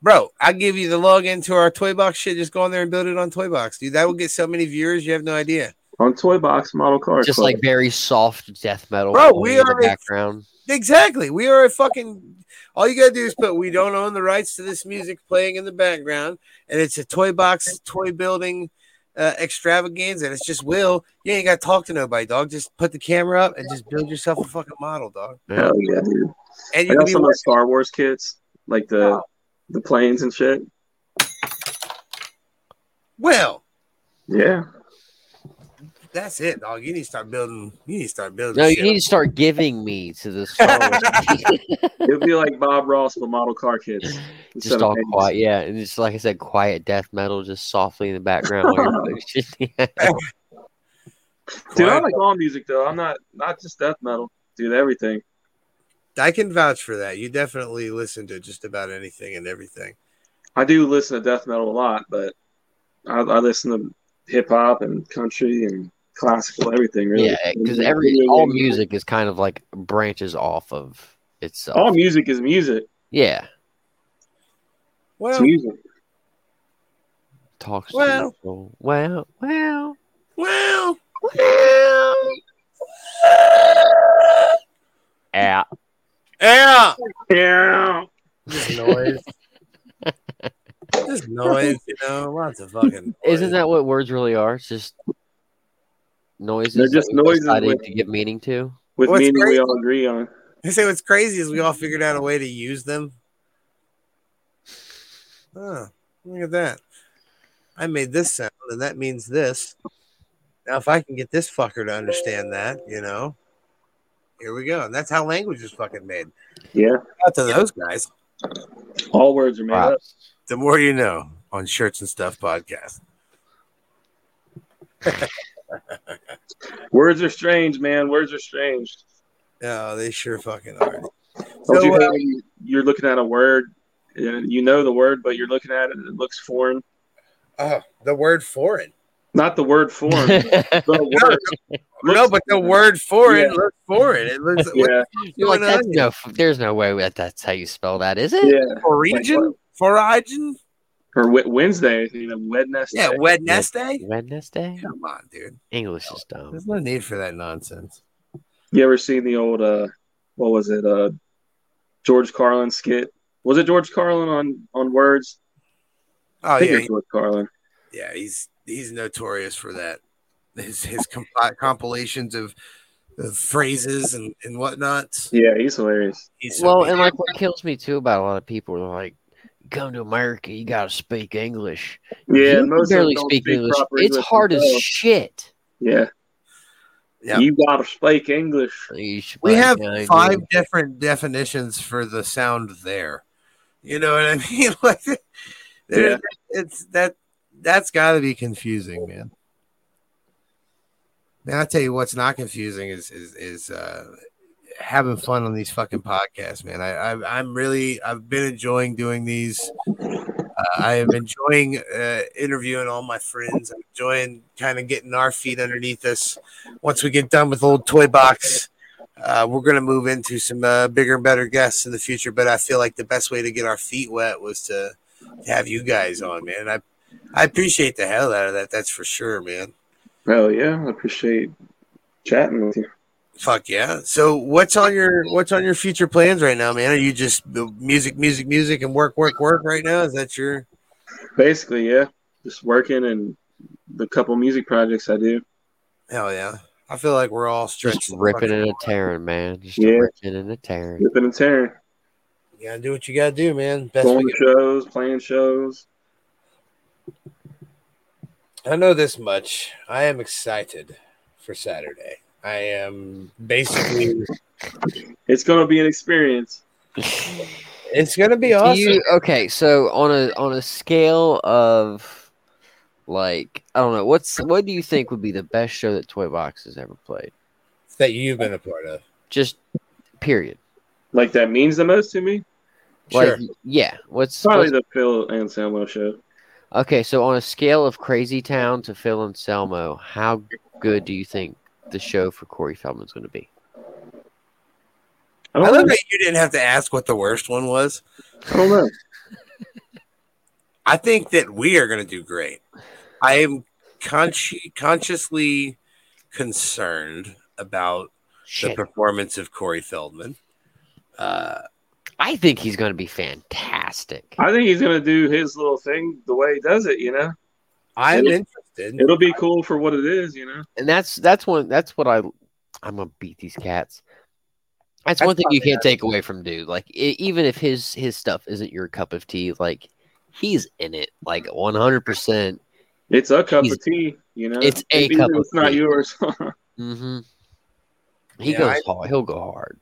Bro, I'll give you the login to our Toy Box shit. Just go on there and build it on Toy Box, dude. That will get so many viewers. You have no idea. on Toy Box Model Car. Just Club. like very soft death metal. Bro, playing we in the are in- background. Exactly. We are a fucking. All you gotta do is put. We don't own the rights to this music playing in the background, and it's a toy box, toy building, uh, extravaganza. And it's just Will. You ain't gotta talk to nobody, dog. Just put the camera up and just build yourself a fucking model, dog. Hell yeah, dude. And I you can got be some of like, Oh. the Star Wars kits, like the the planes and shit. Will. Yeah, That's it, dog. You need to start building. You need to start building. No, you shit. need to start giving me to [laughs] the Star Wars. it'd be like Bob Ross with model car kits. [laughs] instead just of all planes. quiet, yeah, and just like I said, quiet death metal, just softly in the background. while you're [laughs] playing shit. [laughs] Yeah. Dude, I Quiet. like all music though. I'm not not just death metal. Dude, everything. I can vouch for that. You definitely listen to just about anything and everything. I do listen to death metal a lot, but I, I listen to hip hop and country and classical, everything. Really. Yeah, because every [laughs] all music is kind of like branches off of itself. all music is music. yeah, Well, It's music. talks. Well. to people. well, well, well, well. Yeah. yeah. Yeah. Just noise. [laughs] just noise, you know. Lots of fucking. [laughs] Isn't noise. that what words really are? It's just noises. They're just that we noises decided with- to give meaning to. With What's meaning great- we all agree on. They say what's crazy is we all figured out a way to use them. Oh, look at that. I made this sound, and that means this. Now, if I can get this fucker to understand that, you know, here we go. And that's how language is fucking made. Yeah. Out to those guys. All words are made up. Props. The more you know on Shirts and Stuff podcast. Words are strange, man. Words are strange. Oh, they sure fucking are. Don't So, you hate uh, when you're looking at a word and you know the word, but you're looking at it and it looks foreign. Oh, the word foreign. Not the word [laughs] foreign, the word. No, looks- but the word foreign Yeah. looks foreign. It looks what- Yeah, You're like, going that's on no, there's no way that that's how you spell that, is it? yeah. Foreign? Foreign? Or Wed- Wednesday, you know, Wednesday. Yeah, Wednesday. Wednesday? Come on, dude. English is dumb. There's no need for that nonsense. You ever seen the old uh what was it? Uh George Carlin skit. Was it George Carlin on on words? Oh I think it yeah, was George Carlin. he- yeah. He's he's notorious for that. His his compi- compilations of, of phrases and and whatnot. Yeah, he's hilarious. He's so- Well, and like what kills me too about a lot of people are like, "You come to America, you gotta speak English. Yeah, you most of them barely don't speak English. proper It's English hard as themselves. shit. Yeah. Yeah. You gotta speak English. uh, You should we write have down five your- different definitions for the sound there. You know what I [laughs] mean? like, there- Yeah. it's that that's got to be confusing, man. Now I tell you what's not confusing is is is uh, having fun on these fucking podcasts, man. I, I I'm really I've been enjoying doing these. Uh, I am enjoying uh, interviewing all my friends. I'm enjoying kind of getting our feet underneath us. Once we get done with old toy box, uh, we're going to move into some uh, bigger and better guests in the future. But I feel like the best way to get our feet wet was to, to have you guys on, man. And I I appreciate the hell out of that. That's for sure, man. Oh yeah, I appreciate chatting with you. Fuck yeah! So what's on your what's on your future plans right now, man? Are you just the music, music, music, and work, work, work right now? Is that your Basically, yeah. Just working and the couple music projects I do. hell yeah? I feel like we're all stretched Just ripping fucking- and a tearing, man. Just Yeah. ripping and a [laughs] tearing. Ripping and tearing. You gotta do what you gotta do, man. Best we can Going to shows, playing shows. I know this much. I am excited for Saturday. I am basically. It's gonna be an experience. it's gonna be Do awesome. you- okay, so on a on a scale of like I don't know, what's what do you think would be the best show that Toy Box has ever played? that you've been a part of. Just period. Like that means the most to me. Sure. Like yeah, what's, Probably what's the Phil Anselmo show. Okay, so on a scale of Crazy Town to Phil Anselmo, how good do you think the show for Corey Feldman's going to be? I I don't, love know. that you didn't have to ask what the worst one was. I don't know. I think that we are going to do great. I am consci- consciously concerned about Shit. the performance of Corey Feldman. Uh, I think he's going to be fantastic. I think he's gonna do his little thing the way he does it. You know, I'm It'll- interested. it'll be cool for what it is. You know, and that's that's one that's what I I'm gonna beat these cats. That's, That's one thing you probably can't take away from dude. Like e- even if his his stuff isn't your cup of tea, like he's in it like 100. percent it's a cup He's- of tea. You know, it's a Even cup if of It's not tea. yours. [laughs] Mm-hmm. He Yeah, goes I- hard. He'll go hard.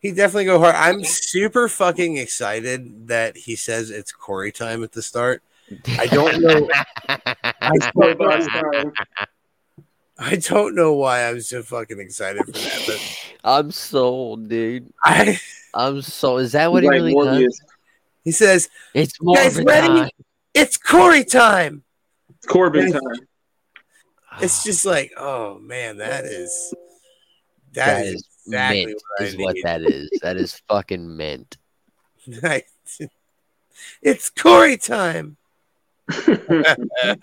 He definitely go hard. I'm super fucking excited that he says it's Corey time at the start. I don't [laughs] know. [laughs] I don't know why I'm so fucking excited for that, but [laughs] I'm sold, dude. I. I'm sold. Is that what he Like really does? Morbius. He says It's more guys ready? it's Corey time. It's Corbin Yeah. time. It's just like, oh man, that is that that is, is exactly [sighs] mint. what I Is what need. that is. That is fucking mint. [laughs] it's Corey time. I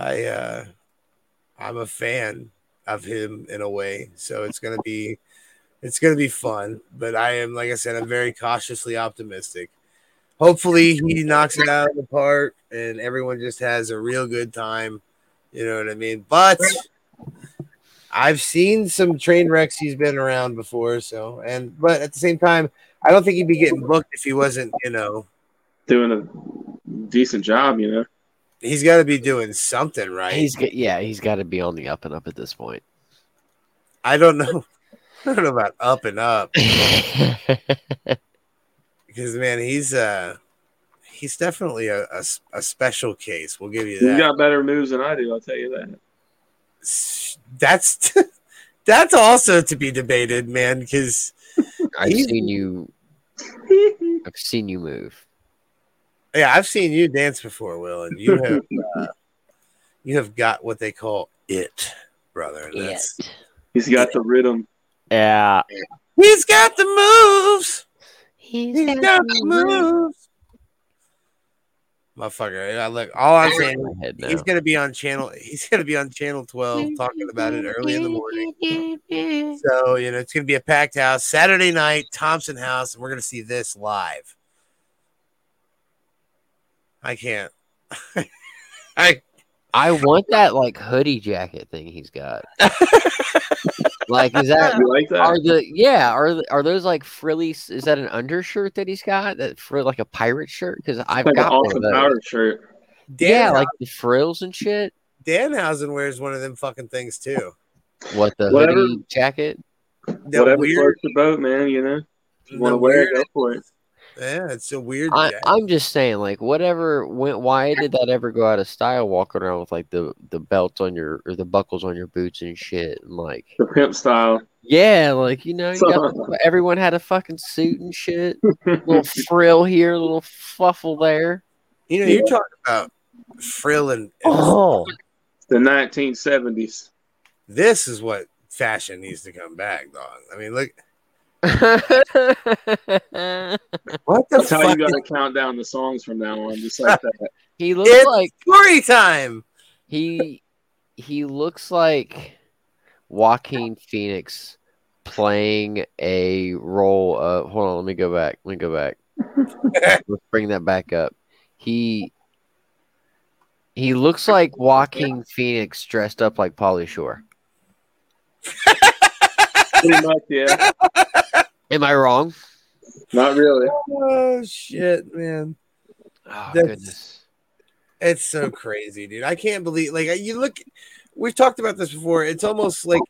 I uh I'm a fan of him in a way, so it's gonna be it's gonna be fun. But I am like I said, I'm very cautiously optimistic. Hopefully he knocks it out of the park and everyone just has a real good time. You know what I mean? But I've seen some train wrecks he's been around before, so and but at the same time, I don't think he'd be getting booked if he wasn't, you know, [laughs] doing a decent job. You know, he's gotta be doing something right. He's g- yeah, he's got to be on the up and up at this [laughs] point. I don't know. [laughs] I don't know about up and up because man, he's uh he's definitely a, a s- a special case. We'll give you you that. got better moves than I do. I'll tell you that. S- That's [laughs] that's also to be debated, man. Because I've He's- seen you. [laughs] I've seen you move. yeah, I've seen you dance before, Will, and you have uh, you have got what they call it, brother. and that's- He's got the rhythm. Yeah. He's got the moves. He's He's got the moves. Motherfucker, I look. All I'm saying in my head now. He's gonna be on channel. He's gonna be on channel twelve talking about it early in the morning. So you know it's gonna be a packed house Saturday night, Thompson House, and we're gonna see this live. I can't. [laughs] I I want that like hoodie jacket thing he's got. like, is that You like are that? the yeah are the- are those like frilly? Is that an undershirt that he's got that for like a pirate shirt? Because I've Like an got one of awesome those. power shirt. Dan, Yeah, like the frills and shit. Danhausen wears one of them fucking things too. What the Whatever. hoodie jacket? The Whatever weird, floats the boat, man. You know, the want to wear it? weird- Go for it. Yeah, it's a weird. I, jacket. I'm just saying, like, whatever went. Why did that ever go out of style? Walking around with like the the belt on your or the buckles on your boots and shit, and like, The pimp style. yeah, like you know, [laughs] you got- [laughs] everyone had a fucking suit and shit. little frill here, little fluffle there. you know, you're talking about frill and. Oh, [laughs] the 1970s. This is what fashion needs to come back, dog. I mean, look. What the That's how you fuck? got to count down the songs from now on, just like that. he looks It's like story time. he he looks like Joaquin Phoenix playing a role of hold on, let me go back. Let me go back. Let's bring that back up. He he looks like Joaquin Phoenix dressed up like Polly Shore. Pretty much, yeah. Am I wrong? Not really. Oh shit, man! Oh, That's- goodness. It's so crazy, dude. I can't believe. Like you look, we've talked about this before. It's almost like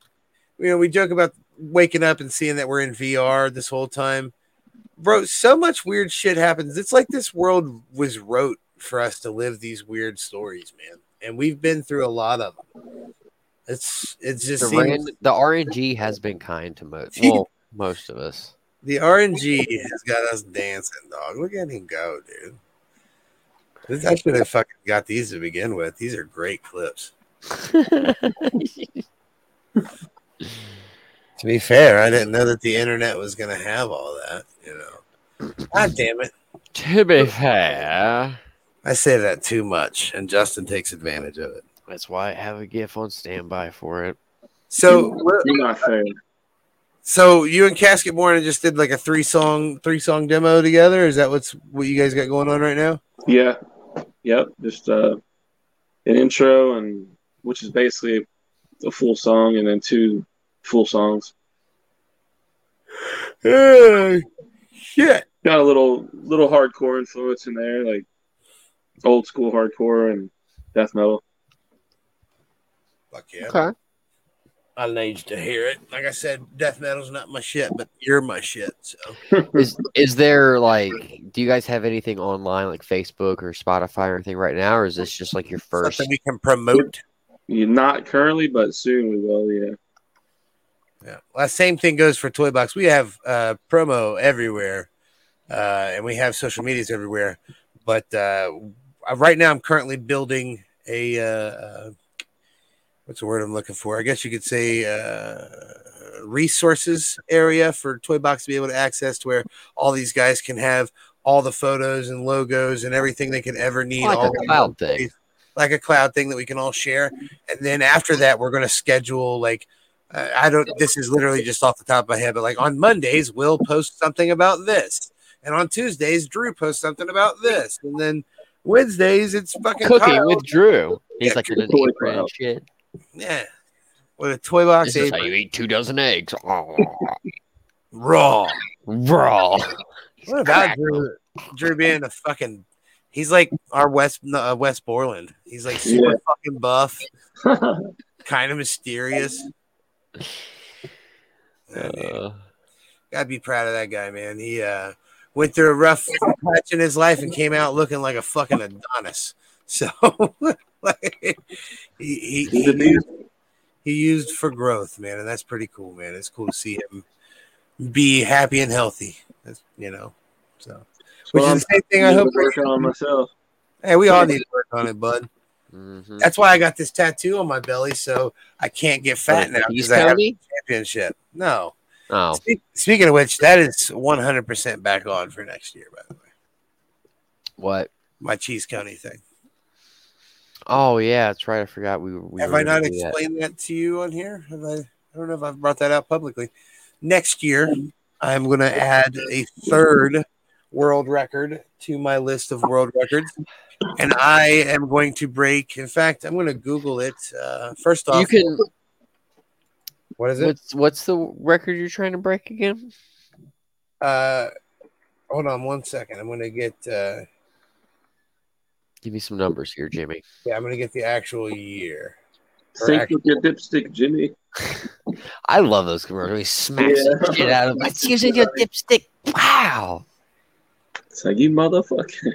you know we joke about waking up and seeing that we're in VR this whole time, bro. So much weird shit happens. It's like this world was wrote for us to live these weird stories, man. And we've been through a lot of them. It's it's just The, seems- ran- the RNG has been kind to most well, most of us. The RNG has got us dancing, dog. Look at him go, dude. This, I should have fucking got these to begin with. These are great clips. To be fair, I didn't know that the internet was gonna have all that. You know, god damn it, to be fair, I say that too much, and Justin takes advantage of it. That's why I have a GIF on standby for it. So, we're- You're not fair. so you and Casket Born just did like a three song, three song demo together. Is that what's what you guys got going on right now? Yeah. Yep. Just uh, an intro and which is basically a full song and then two full songs. Hey, shit. Got a little little hardcore influence in there, like old school hardcore and death metal. Fuck yeah. Okay. I need to hear it. Like I said, death metal's not my shit, but you're my shit. So Is is there like do you guys have anything online like Facebook or Spotify or anything right now, or is this just like your first something we can promote. You not currently, but soon we will. Yeah. Yeah. Well, that same thing goes for Toy Box. We have uh, promo everywhere, uh, and we have social medias everywhere. But uh, I- right now, I'm currently building a uh, uh, what's the word I'm looking for? I guess you could say uh, resources area for Toy Box to be able to access, to where all these guys can have all the photos and logos and everything they could ever need. like all Oh, a cloud thing? like a cloud thing that we can all share. And then after that, we're going to schedule like uh, I don't. This is literally just off the top of my head, but like on Mondays, we'll post something about this, and on Tuesdays, Drew posts something about this, and then Wednesdays, it's fucking Cooking Kyle. with Drew. He's Yeah, like in an Toy apron and Cloud. shit. yeah, with a toy box This is how apron. you eat two dozen eggs. [laughs] Oh, raw. [laughs] raw. What about Drew? Drew being a fucking. He's like our West uh, West Borland. He's like super Yeah. fucking buff, [laughs] kind of [sighs] mysterious. Yeah, dude. Uh, gotta be proud of that guy, man. He uh, went through a rough patch in his life and came out looking like a fucking Adonis. [laughs] So like, he, he, he, used, he used for growth, man, and that's pretty cool, man. It's cool to see him be happy and healthy. That's you know, so which Well, is the same thing. I I'm hope. working on myself. Hey, we all need to work on it, bud. mhm. That's why I got this tattoo on my belly, so I can't get fat now He's because I have a Tony? championship. No. Oh, Spe- Speaking of which, that is 100% back on for next year, by the way. what? My cheese county thing. Oh yeah, that's right. I forgot we. we Have were I gonna not do that. explained that. to you on here? Have I? I don't know if I've brought that out publicly. Next year, I'm going to add a third world record to my list of world records, and I am going to break. In fact, I'm going to Google it. Uh, first off, You can. what is it? What's what's the record you're trying to break again? Uh, hold on one second. I'm going to get. Uh, Give me some numbers here, Jimmy. yeah, I'm going to get the actual year. Sink with your dipstick, Jimmy. I love those commercials. He smacks the Yeah. shit out of. [laughs] It's using your dipstick. Wow. It's like you motherfucker.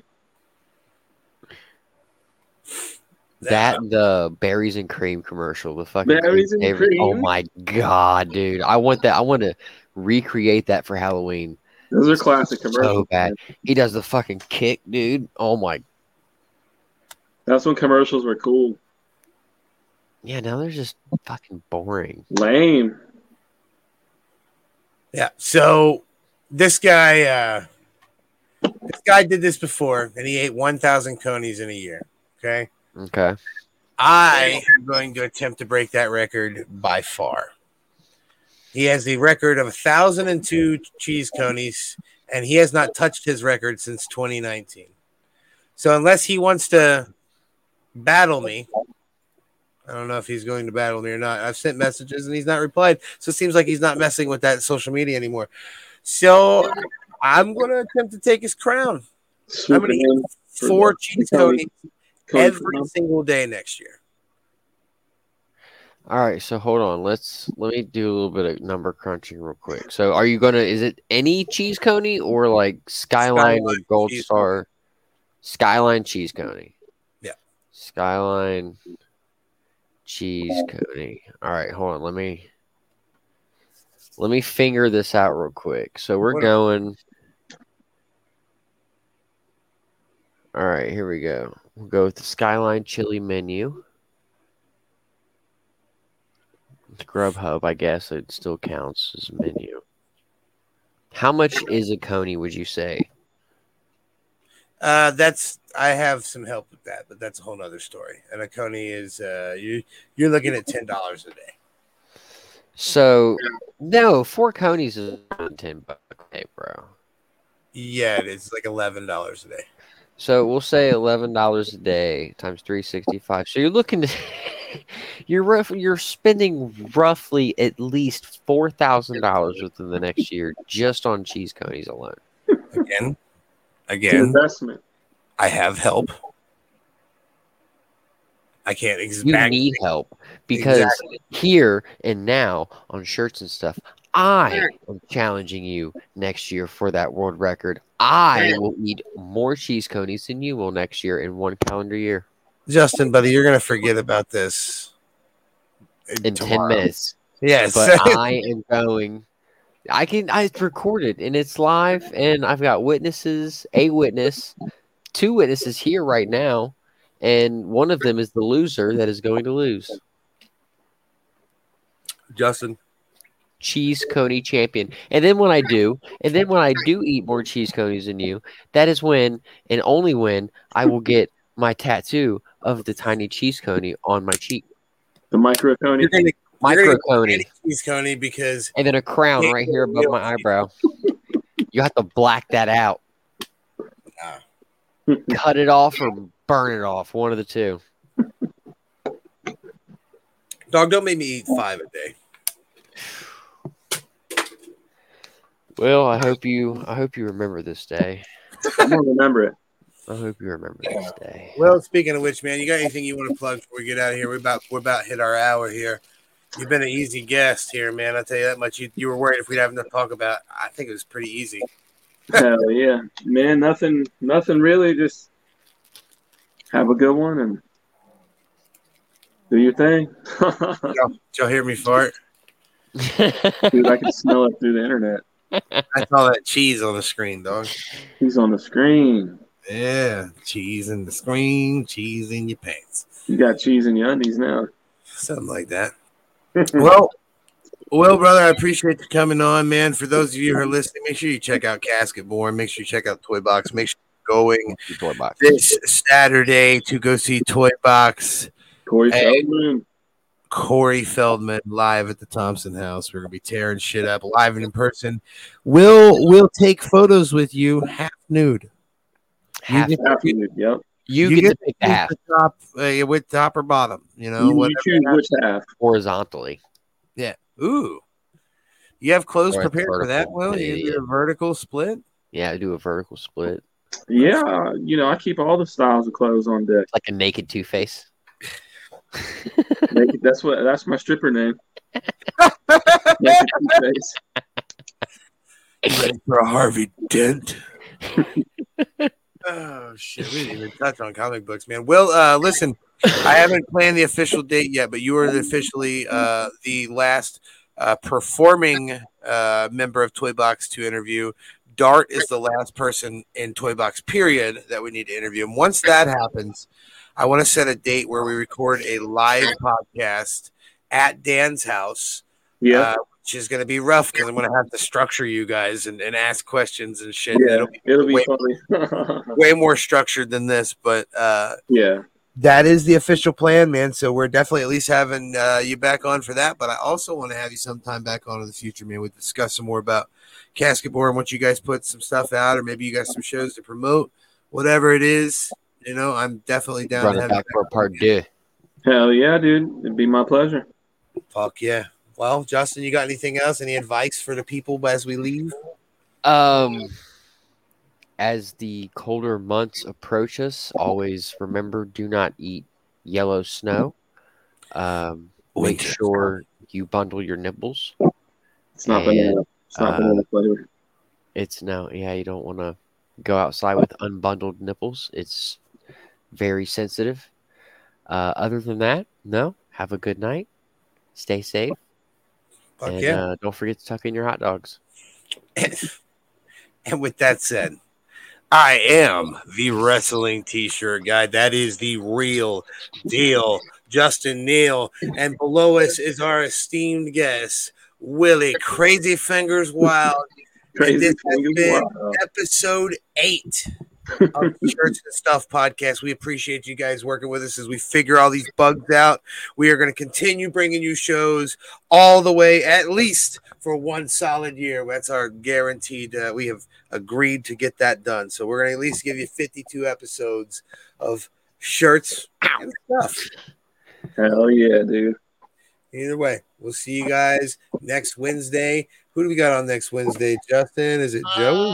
That and the berries and cream commercial, the fucking Berries and favorite- Oh cream? my god, dude! I want that. I want to recreate that for Halloween Those are classic commercials. so bad. He does the fucking kick, dude. Oh my. That's when commercials were cool. Yeah, now they're just fucking boring. Lame. Yeah. So this guy, uh, this guy did this before, and he ate one thousand conies in a year. Okay. Okay. I am going to attempt to break that record by far. He has the record of thousand and two cheese conies, and he has not touched his record since 2019. So unless he wants to battle me, I don't know if he's going to battle me or not. I've sent messages and he's not replied. So it seems like he's not messing with that social media anymore. So I'm going to attempt to take his crown. I'm going to eat four cheese conies every single day next year. All right. So hold on. Let's let me do a little bit of number crunching real quick. So are you gonna? Is it any cheese coney or like Skyline, or Skyline Gold cheese Star? Skyline cheese coney. Yeah. Skyline cheese coney. All right. Hold on. Let me let me finger this out real quick. So we're What- going. All right. Here we go. We'll go with the Skyline chili menu. It's Grubhub, I guess it still counts as menu. How much is a coney? Would you say? Uh, that's I have some help with that, but that's a whole other story. And a coney is uh, you you're looking at ten dollars a day. So no, four conies is around ten bucks, okay, bro. Yeah, it is like eleven dollars a day. So we'll say eleven dollars a day times three sixty five. So you're looking to [laughs] you're rough, you're spending roughly at least four thousand dollars within the next year just on cheese conies alone. Again, It's an again, investment. I have help. I can't ex- You back- need help because Exactly. here and now on shirts and stuff, I am challenging you next year for that world record. I will eat more cheese conies than you will next year in one calendar year Justin, buddy, you're gonna forget about this uh, in tomorrow. [laughs] ten minutes. Yes, But I am going. I can. I it's recorded and it's live, and I've got witnesses, a witness, two witnesses here right now, and one of them is the loser that is going to lose. Justin. cheese coney champion. And then when I do, and then when I do eat more cheese conies than you, that is when and only when I will get my tattoo of the tiny cheese coney on my cheek, The micro Tony. You're gonna micro You're coney, He's Coney because and then a crown right here above my eyebrow. You have to black that out, [laughs] cut it off, or burn it off. One of the two. dog don't make me eat five a day. Well, I hope you. I hope you remember this day. I'm gonna remember it. I hope you remember this day. Well, speaking of which, man, you got anything you want to plug before we get out of here? We're about we're about to hit our hour here. You've been an easy guest here, man. I tell you that much. You, you were worried if we'd have nothing to talk about. I think it was pretty easy. Hell yeah, man. Nothing. Nothing really. Just have a good one and do your thing. [laughs] Did y'all hear me fart? Dude, I can smell it through the internet. I saw that cheese on the screen, dog. He's on the screen. Yeah, cheese in the screen, cheese in your pants, You got cheese in your undies now. something like that. well, well, brother, I appreciate you coming on, man. For those of you who are listening, make sure you check out Casket Born. Make sure you check out Toy Box. Make sure you're going Toy box. this Saturday to go see Toy Box. Corey Hey. Feldman. Corey Feldman live at the Thompson House. We're gonna be tearing shit up live and in person. We'll we'll take photos with you half nude. Half. You After you, Yep. You, you get, get to pick the half Mm-hmm. get the top uh, with top or bottom. You know, you, you whatever. choose which half. horizontally. Yeah. Ooh. You have clothes Or it's prepared for that? vertical. Well, you Yeah. do a vertical split. Yeah, do a vertical split. Yeah, you know, I keep all the styles of clothes on deck. like a naked Two Face. Naked- that's what that's my stripper name. Naked Ready Two-Face. for a Harvey Dent. [laughs] oh shit! We didn't even touch on comic books, man. Well, uh, listen, I haven't planned the official date yet, but you are the officially uh, the last uh, performing uh, member of Toy Box to interview. Dart is the last person in Toy Box, period, that we need to interview. And once that happens, I want to set a date where we record a live podcast at Dan's house yeah, uh, which is going to be rough because I'm going to have to structure you guys and, and ask questions and shit. yeah, It'll be it'll be wait. funny. [laughs] way more structured than this, but uh, yeah, that is the official plan, man. So we're definitely at least having uh, you back on for that. But I also want to have you sometime back on in the future, man. We discuss some more about Casket Board and what you guys put some stuff out, or maybe you got some shows to promote, whatever it is. You know, I'm definitely down Run to it have back you for a part two. hell yeah, dude, it'd be my pleasure. Fuck yeah. Well, Justin, you got anything else? Any advice for the people as we leave? Um, as the colder months approach us, always remember: do not eat yellow snow. Um, make Winter. sure you bundle your nipples. It's And, not banana. It's not uh, banana flavor. It's no, yeah, you don't want to go outside with unbundled nipples. It's very sensitive. Uh, other than that, no. Have a good night. Stay safe, Fuck and yeah. uh, don't forget to tuck in your hot dogs. [laughs] And with that said, I am the wrestling t shirt guy. That is the real deal. Justin Neal. And below us is our esteemed guest, Willie Crazy Fingers Wild, Crazy this has fingers. been- Wow. episode eight. of the Church and Stuff podcast. We appreciate you guys working with us as we figure all these bugs out. We are going to continue bringing you shows all the way, at least for one solid year. That's our guaranteed. Uh, we have agreed to get that done. So we're going to at least give you 52 episodes of shirts and stuff. Hell yeah, dude. Either way, we'll see you guys next Wednesday. Who do we got on next Wednesday? Justin? Is it Joey?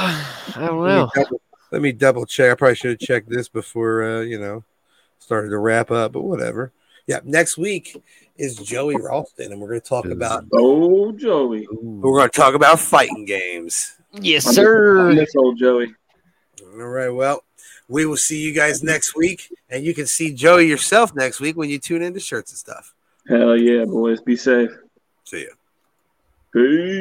I Let don't me know. double- Let me double check. I probably should have checked this before uh, you know started to wrap up, but whatever. Yeah, next week is Joey Ralston, and we're going to talk about Oh, Joey. we're going to talk about fighting games. Yes, I miss- I sir. miss old Joey. All right, well, we will see you guys next week, and you can see Joey yourself next week when you tune into Shirts and Stuff. Hell yeah, boys. Be safe. See ya. Peace.